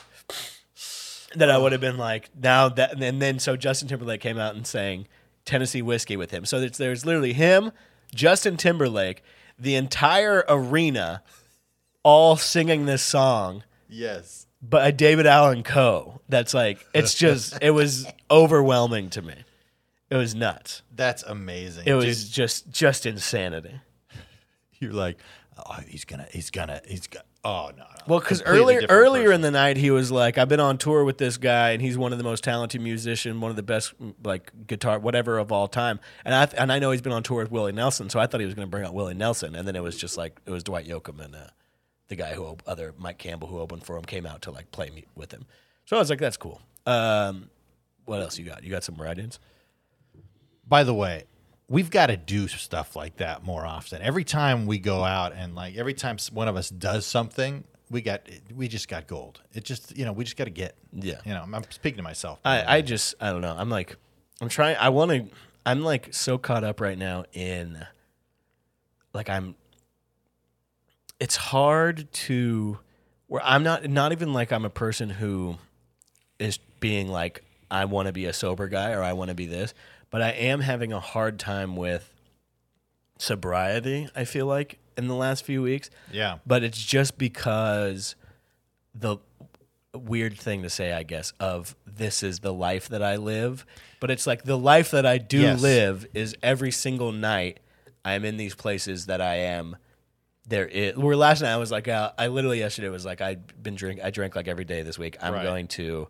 that I would have been like now that and then so Justin Timberlake came out and sang Tennessee whiskey with him. So it's, there's literally him, Justin Timberlake, the entire arena, all singing this song Yes. but a David Allen Co. That's like it's just it was overwhelming to me. It was nuts. That's amazing. It was just just insanity. you're like, oh, he's gonna, he's gonna, he's gonna. Oh no. no. Well, because Completely earlier different earlier in the night he was like, "I've been on tour with this guy, and he's one of the most talented musician, one of the best mm, like guitar whatever of all time." And I th- and I know he's been on tour with Willie Nelson, so I thought he was going to bring out Willie Nelson, and then it was just like it was Dwight Yoakam and uh, the guy who op- other Mike Campbell who opened for him came out to like play mu- with him. So I was like, "That's cool." Um, what else you got? You got some write-ins? By the way, we've got to do stuff like that more often. Every time we go out and like every time s- one of us does something, we got we just got gold. It just you know we just got to get. Yeah. You know I'm, I'm speaking to myself. I, I just I don't know. I'm like I'm trying I want to I'm like so caught up right now in like I'm it's hard to where I'm not not even like I'm a person who is being like I want to be a sober guy or I want to be this, but I am having a hard time with sobriety, I feel like in the last few weeks yeah. but it's just because the weird thing to say i guess of this is the life that i live but it's like the life that i do Yes. live is every single night i'm in these places that i am there is where last night i was like uh, i literally yesterday was like i've been drink i drank like every day this week i'm Right. going to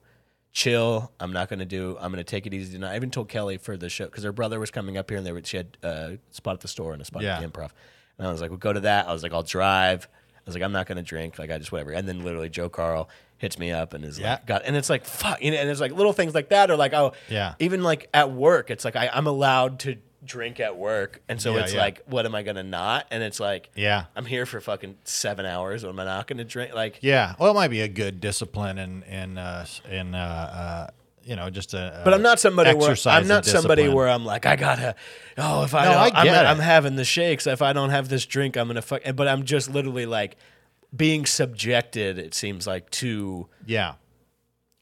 chill i'm not going to do i'm going to take it easy tonight i even told kelly for the show because her brother was coming up here and they were she had a spot at the store and a spot at Yeah. the improv and i was like we'll go to that i was like i'll drive i was like i'm not going to drink like i just whatever and then literally joe carl hits me up and is Yeah. like god and it's like fuck you know, and it's like little things like that or like oh Yeah. even like at work it's like I, i'm allowed to drink at work and so Yeah, it's yeah. like what am i going to not and it's like Yeah. I'm here for fucking seven hours. Am I not going to drink? Like, Yeah. Well, it might be a good discipline and and uh, s- and uh, uh, you know just a. but I'm not somebody where exercise I'm of not somebody discipline. where I'm like I gotta. Oh, if I No, don't, I I get am it. I'm having the shakes. If I don't have this drink, I'm gonna fuck. But I'm just literally like being subjected. It seems like to, Yeah.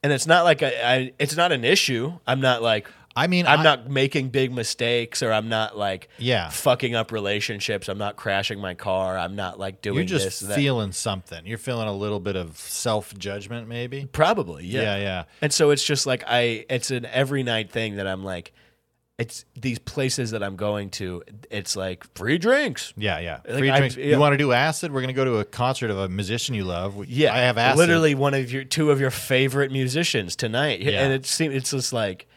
and it's not like I. I it's not an issue. I'm not like. I mean, I'm I- not making big mistakes, or I'm not like Yeah. fucking up relationships. I'm not crashing my car. I'm not like doing You're just this. that. feeling something. You're feeling a little bit of self judgment, maybe. probably yeah. yeah. And so it's just like I it's an every night thing that I'm like it's these places that I'm going to. It's like free drinks. Yeah, yeah. Like, Free I- drinks. yeah. You want to do acid? We're gonna go to a concert of a musician you love. We- I have acid. Literally one of your two of your favorite musicians tonight, Yeah. and it seems it's just like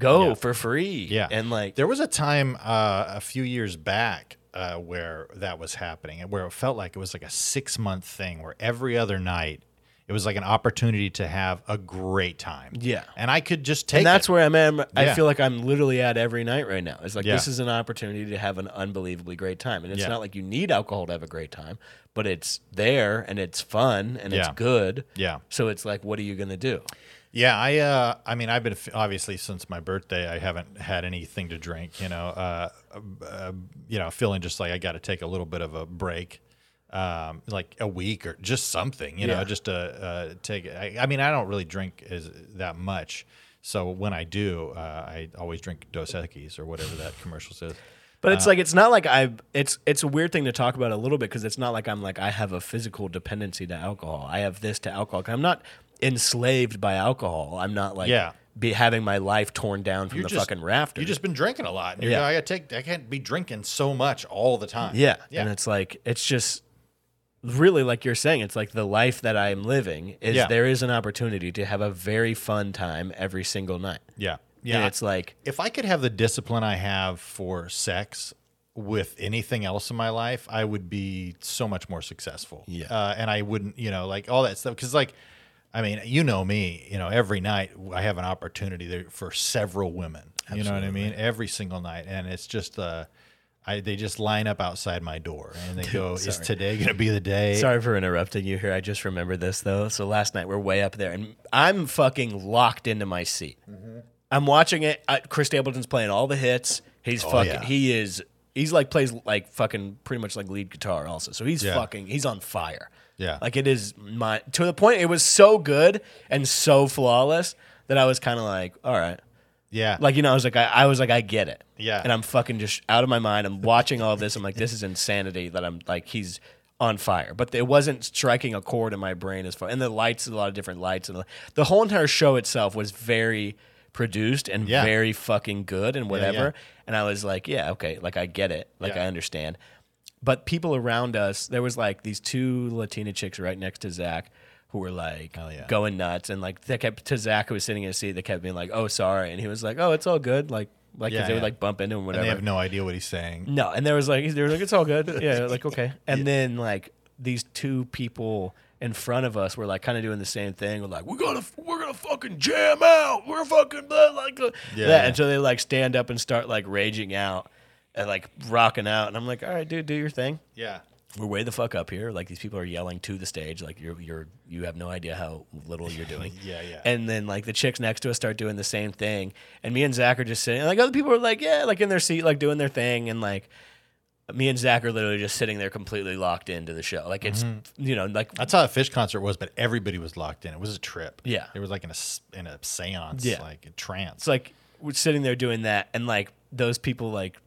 go for free. Yeah. and like There was a time uh, a few years back uh, where that was happening, and where it felt like it was like a six month thing, where every other night it was like an opportunity to have a great time. Yeah. and I could just take. and that's it. where I'm at. I Yeah. feel like I'm literally at every night right now. It's like Yeah. this is an opportunity to have an unbelievably great time, and it's Yeah. not like you need alcohol to have a great time, but it's there and it's fun and it's Yeah. good. Yeah. So it's like, what are you gonna do? Yeah, I uh I mean I've been f- obviously since my birthday I haven't had anything to drink, you know. Uh, uh you know, feeling just like I got to take a little bit of a break. Um like a week or just something, you Yeah. know, just to uh take I, I mean I don't really drink as that much. So when I do, uh, I always drink Dos Equis or whatever that commercial says. But Uh, it's like it's not like I it's it's a weird thing to talk about a little bit because it's not like I'm like I have a physical dependency to alcohol. I have this to alcohol. I'm not enslaved by alcohol. I'm not like Yeah. be having my life torn down from You're the just- fucking rafters. You've just been drinking a lot. And you're, Yeah. yeah. I got to take I can't be drinking so much all the time. yeah. Yeah. And it's like it's just really like you're saying it's like the life that I'm living is Yeah. there is an opportunity to have a very fun time every single night. yeah. Yeah. Yeah. And it's like if I could have the discipline I have for sex with anything else in my life, I would be so much more successful. Yeah. Uh, and I wouldn't, you know, like all that stuff. Cause like, I mean, you know me, you know, every night I have an opportunity there for several women. You know what I mean? Every single night. And it's just, uh, I, they just line up outside my door and they go, Is today going to be the day? Sorry for interrupting you here. I just remembered this though. So last night we're way up there, and I'm fucking locked into my seat. Mm-hmm. I'm watching it. I, Chris Stapleton's playing all the hits. He's fucking. Oh, yeah. He is. He's like plays like fucking pretty much like lead guitar also. So he's Yeah. fucking. He's on fire. Yeah. Like it is my to the point. It was so good and so flawless that I was kind of like, all right. Yeah. Like you know, I was like, I, I was like, I get it. Yeah. And I'm fucking just out of my mind. I'm watching all this. I'm like, this is insanity. That I'm like, he's on fire. But it wasn't striking a chord in my brain as far. And the lights, a lot of different lights, and the, the whole entire show itself was very produced and Yeah. very fucking good and whatever. yeah. And I was like, yeah, okay, like I get it. Like Yeah. I understand. But people around us, there was like these two Latina chicks right next to Zach who were like yeah. going nuts and like they kept to Zach who was sitting in his seat, they kept being like, Oh, sorry. And he was like, Oh, it's all good. Like like 'cause Yeah, they would yeah. like bump into him, and whatever. they have no idea what he's saying. No, and there was like they were like it's all good. Yeah, like okay. And then like these two people in front of us were like kind of doing the same thing. We're like we're gonna we're gonna fucking jam out. We're fucking blah, like uh, Yeah, that. yeah. And so they like stand up and start like raging out and like rocking out. And I'm like, all right, dude, do your thing. Yeah. We're way the fuck up here. Like these people are yelling to the stage. Like you're you're you have no idea how little you're doing. Yeah, yeah. And then like the chicks next to us start doing the same thing, and me and Zach are just sitting. and, Like other people are like, yeah, like in their seat, like doing their thing, and like me and Zach are literally just sitting there completely locked into the show. Like it's Mm-hmm. you know like That's how a fish concert was, but everybody was locked in. It was a trip. Yeah. It was like in a, s- in a seance, Yeah. like a trance. it's like we're sitting there doing that, and like those people like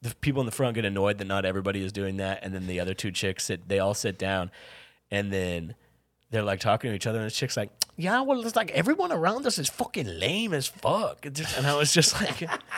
the people in the front get annoyed that not everybody is doing that, and then the other two chicks sit, they all sit down, and then they're like talking to each other, and the chick's like, "Yeah, well, it's like everyone around us is fucking lame as fuck," It's just- and I was just like.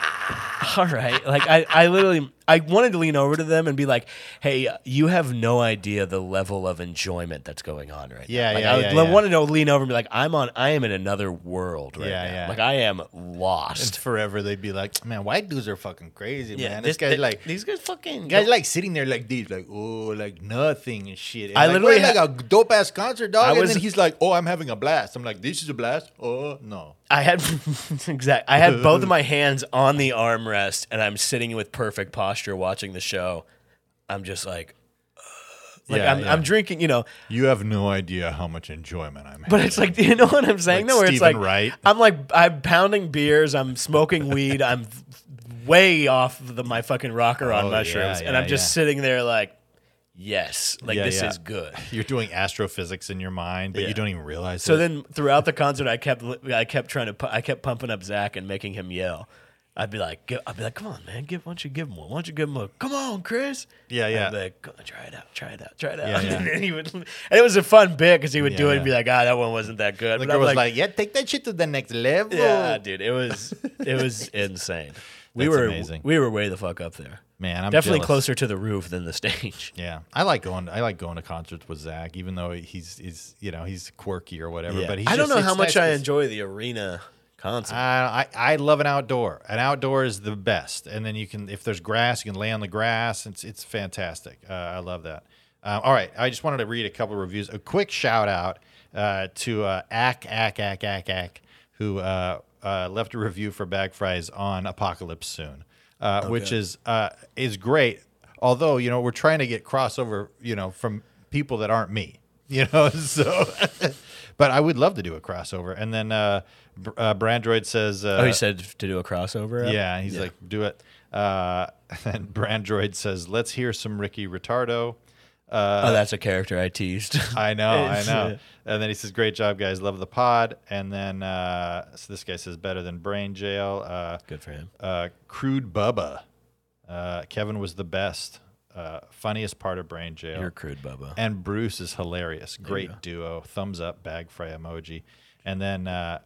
All right. Like I, I literally I wanted to lean over to them and be like, "Hey, you have no idea the level of enjoyment that's going on right Yeah, now." Like, yeah, I would yeah, yeah. wanted to lean over and be like, "I'm on I am in another world right Yeah, now. yeah. Like I am And lost." forever they'd be like, man, white dudes are fucking crazy, man. This, this- guy's th- like, these guys fucking guys like sitting there like this, like oh, like nothing and shit. And I like, literally "We're ha- like a dope ass concert, dog. I and was- then he's like, oh, I'm having a blast. I'm like, this is a blast. Oh no, I had exact. I had both of my hands on the armrest, and I'm sitting with perfect posture watching the show. I'm just like, uh, like Yeah, I'm, yeah. I'm drinking, you know. you have no idea how much enjoyment I'm. But it's like, do you know what I'm saying? Like no, where it's like, Stephen Wright. I'm like, I'm pounding beers, I'm smoking weed, I'm way off the, my fucking rocker on Oh, mushrooms, yeah, and yeah, I'm just yeah. sitting there like, yes, like Yeah, this yeah. is good. you're doing astrophysics in your mind, but Yeah. you don't even realize. So it. then throughout the concert, I kept I kept trying to pu- I kept pumping up Zach and making him yell. I'd be like, gi- I'd be like, come on, man, give, why don't you give him one? Why don't you give him a, come on, Chris? Yeah, yeah. I'd be like, "Go- try it out, try it out, try it out. Yeah, yeah. and, then he would, and it was a fun bit because he would do Yeah, it and be yeah. like, ah, that one wasn't that good. The But I'm girl was like, "Yeah, take that shit to the next level." yeah, dude, it was, it was insane. we That's were, amazing. we were way the fuck up there. man, I'm Definitely jealous. closer to the roof than the stage. Yeah, I like going. I like going to concerts with Zach, even though he's he's you know he's quirky or whatever. Yeah. But he's I don't just- know how it's nice much I 'cause- enjoy the arena concert. I, I I love an outdoor. An outdoor is the best. And then you can, if there's grass, you can lay on the grass. It's it's fantastic. Uh, I love that. Um, all right, I just wanted to read a couple of reviews. A quick shout out uh, to uh, Ack Ack Ack Ack Ack, who uh, uh, left a review for Bag Fries on Apocalypse Soon, uh, which is uh, is great. Although you know we're trying to get crossover, you know, from people that aren't me, you know, so. But I would love to do a crossover. And then uh, Br- uh, Brandroid says, uh, oh, he said to do a crossover. app? yeah, he's like, do it. Uh, and Brandroid says, let's hear some Ricky Retardo. oh, that's a character I teased. I know, I It's, know. uh, And then he says, great job, guys. Love the pod. And then uh, so this guy says, better than Brain Jail. Uh, Good for him. uh, crude Bubba. Uh, Kevin was the best. Uh, funniest part of Brain Jail. You're crude, Bubba. and Bruce is hilarious. Great duo. Thumbs up, bag fry emoji. And then uh,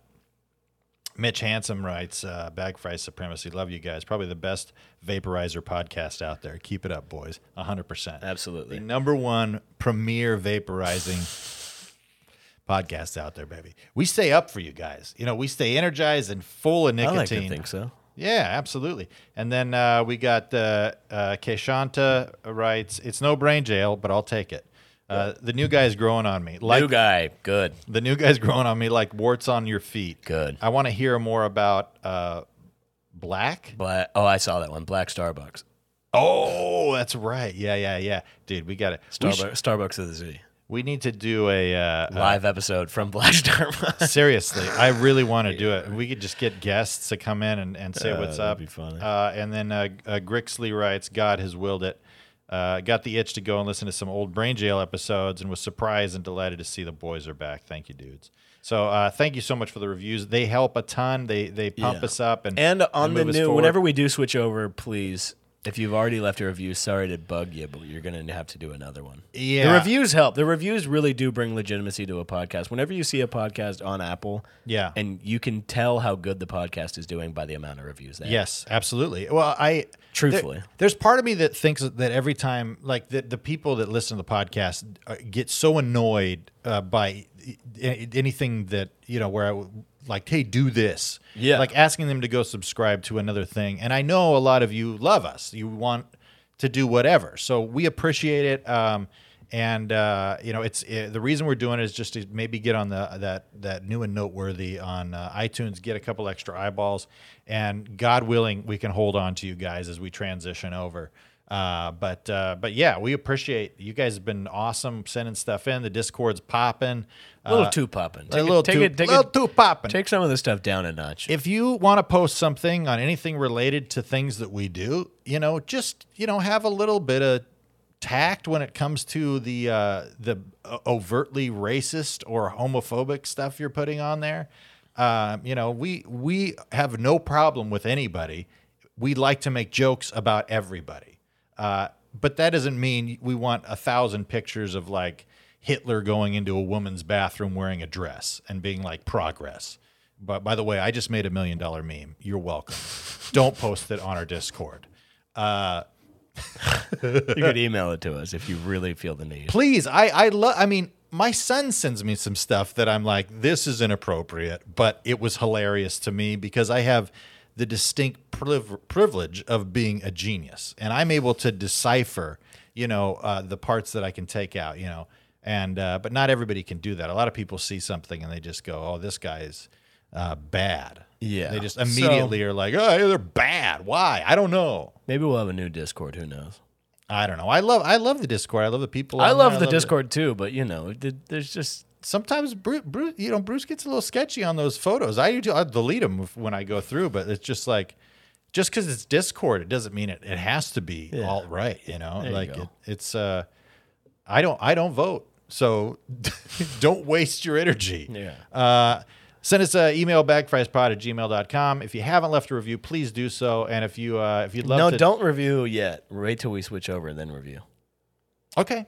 Mitch Handsome writes, uh, bag fry supremacy. Love you guys. Probably the best vaporizer podcast out there. Keep it up, boys. 100%. The Absolutely. number one premier vaporizing podcast out there, baby. We stay up for you guys. You know, we stay energized and full of I nicotine. like to think so. Yeah, absolutely. And then uh, we got uh, uh, Keshanta writes, "It's no brain jail, but I'll take it." Uh, the new guy's growing on me. Like New guy, good. the new guy's growing on me, like warts on your feet. Good. I want to hear more about uh, black. But oh, I saw that one. Black Starbucks. Oh, that's right. Yeah, yeah, yeah, dude. We got it. We, sh- Starbucks, Starbucks of the Z. we need to do a. Uh, Live episode from Black Starbucks. uh, seriously, I really want to do it. We could just get guests to come in and, and say what's that'd up. be funny. Uh, and then uh, uh, Grixley writes, God has willed it. Uh, got the itch to go and listen to some old Brain Jail episodes and was surprised and delighted to see the boys are back. Thank you, dudes. So uh, thank you so much for the reviews. They help a ton. They they pump Yeah. us up and And on the move us new, forward. whenever we do switch over, please, if you've already left a review, sorry to bug you, but you're going to have to do another one. Yeah. The reviews help. The reviews really do bring legitimacy to a podcast. Whenever you see a podcast on Apple, Yeah. and you can tell how good the podcast is doing by the amount of reviews they have. Yes, absolutely. Well, I Truthfully. there- there's part of me that thinks that every time, like the, the people that listen to the podcast uh, get so annoyed uh, by a- anything that you know, where I w- like, hey, do this, Yeah. like asking them to go subscribe to another thing. And I know a lot of you love us. You want to do whatever, so we appreciate it. Um, and uh, you know, it's uh the reason we're doing it is just to maybe get on the that that new and noteworthy on uh, iTunes, get a couple extra eyeballs, and God willing, we can hold on to you guys as we transition over. Uh, but uh, but yeah, we appreciate you guys have been awesome sending stuff in. The Discord's popping. A little Uh, too popping. a little too, little too popping. Take some of this stuff down a notch. If you want to post something on anything related to things that we do, you know, just you know, have a little bit of tact when it comes to the uh, the overtly racist or homophobic stuff you're putting on there. Um, you know, we we have no problem with anybody. We like to make jokes about everybody, uh, but that doesn't mean we want a thousand pictures of like Hitler going into a woman's bathroom wearing a dress and being like progress. But by the way, I just made a million dollar meme. You're welcome. Don't post it on our Discord. you could email it to us if you really feel the need. Please, I I love. I mean, my son sends me some stuff that I'm like, this is inappropriate, but it was hilarious to me because I have the distinct priv- privilege of being a genius, and I'm able to decipher, you know, uh, the parts that I can take out, you know, and uh, but not everybody can do that. A lot of people see something and they just go, oh, this guy's uh, bad. Yeah. they just So- immediately are like, oh, they're bad. Why? I don't know. Maybe we'll have a new Discord. Who knows? I don't know. I love I love the Discord. I love the people. Oh, I on love there. the it. Discord too, but you know, th- there's just sometimes Bruce, Bruce, you know, Bruce gets a little sketchy on those photos. I do too. I delete them if- when I go through, but it's just like, just because it's Discord, it doesn't mean it, it has to be all right. You know, you like go. it, it's. Uh, I don't. I don't vote, so don't waste your energy. Yeah. Uh, Send us an email, bagfriespod at gmail.com. If you haven't left a review, please do so. And if you uh, if you'd love No, to don't review yet. Wait till we switch over and then review. Okay.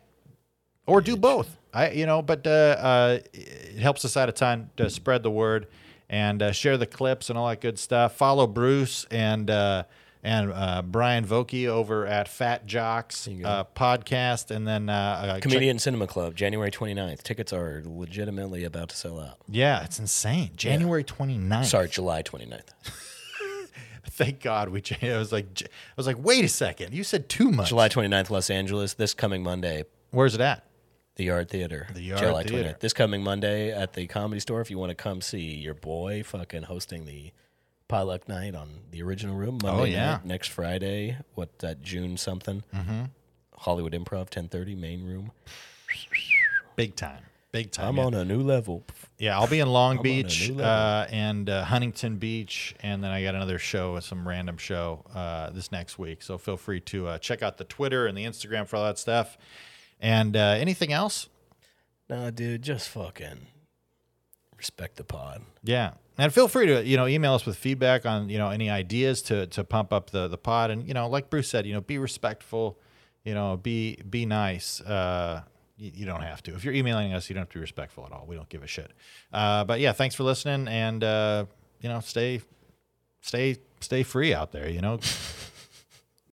Or do both. I you know, but uh, uh, it helps us out a ton to spread the word and uh, share the clips and all that good stuff. Follow Bruce and uh, and uh, Brian Vokey over at Fat Jocks uh, podcast, and then uh, uh, check- Comedian Comedian Cinema Club, January 29th. Tickets are legitimately about to sell out. yeah, it's insane. January 29th. Sorry, July 29th. thank God we. Changed. I was like, J- I was like, wait a second, you said too much. July 29th, Los Angeles, this coming Monday, Where's it at? the Yard Theater. The Yard July Theater. 29th. This coming Monday at the Comedy Store. If you want to come see your boy fucking hosting the potluck night on the original room. Monday Oh, yeah. night, next Friday, what, that June something? Mm-hmm. Hollywood Improv, 1030, main room. Big time. Big time. I'm yeah. on a new level. Yeah, I'll be in Long a new Beach level. uh, and uh, Huntington Beach, and then I got another show, uh, some random show uh, this next week. So feel free to uh, check out the Twitter and the Instagram for all that stuff. And uh, anything else? Nah, dude, just fucking respect the pod. Yeah, and feel free to you know email us with feedback on you know any ideas to to pump up the the pod, and you know like Bruce said, you know be respectful, you know be be nice. Uh, you, you don't have to if you're emailing us, you don't have to be respectful at all. We don't give a shit. Uh, but yeah, thanks for listening, and uh, you know stay stay stay free out there. You know.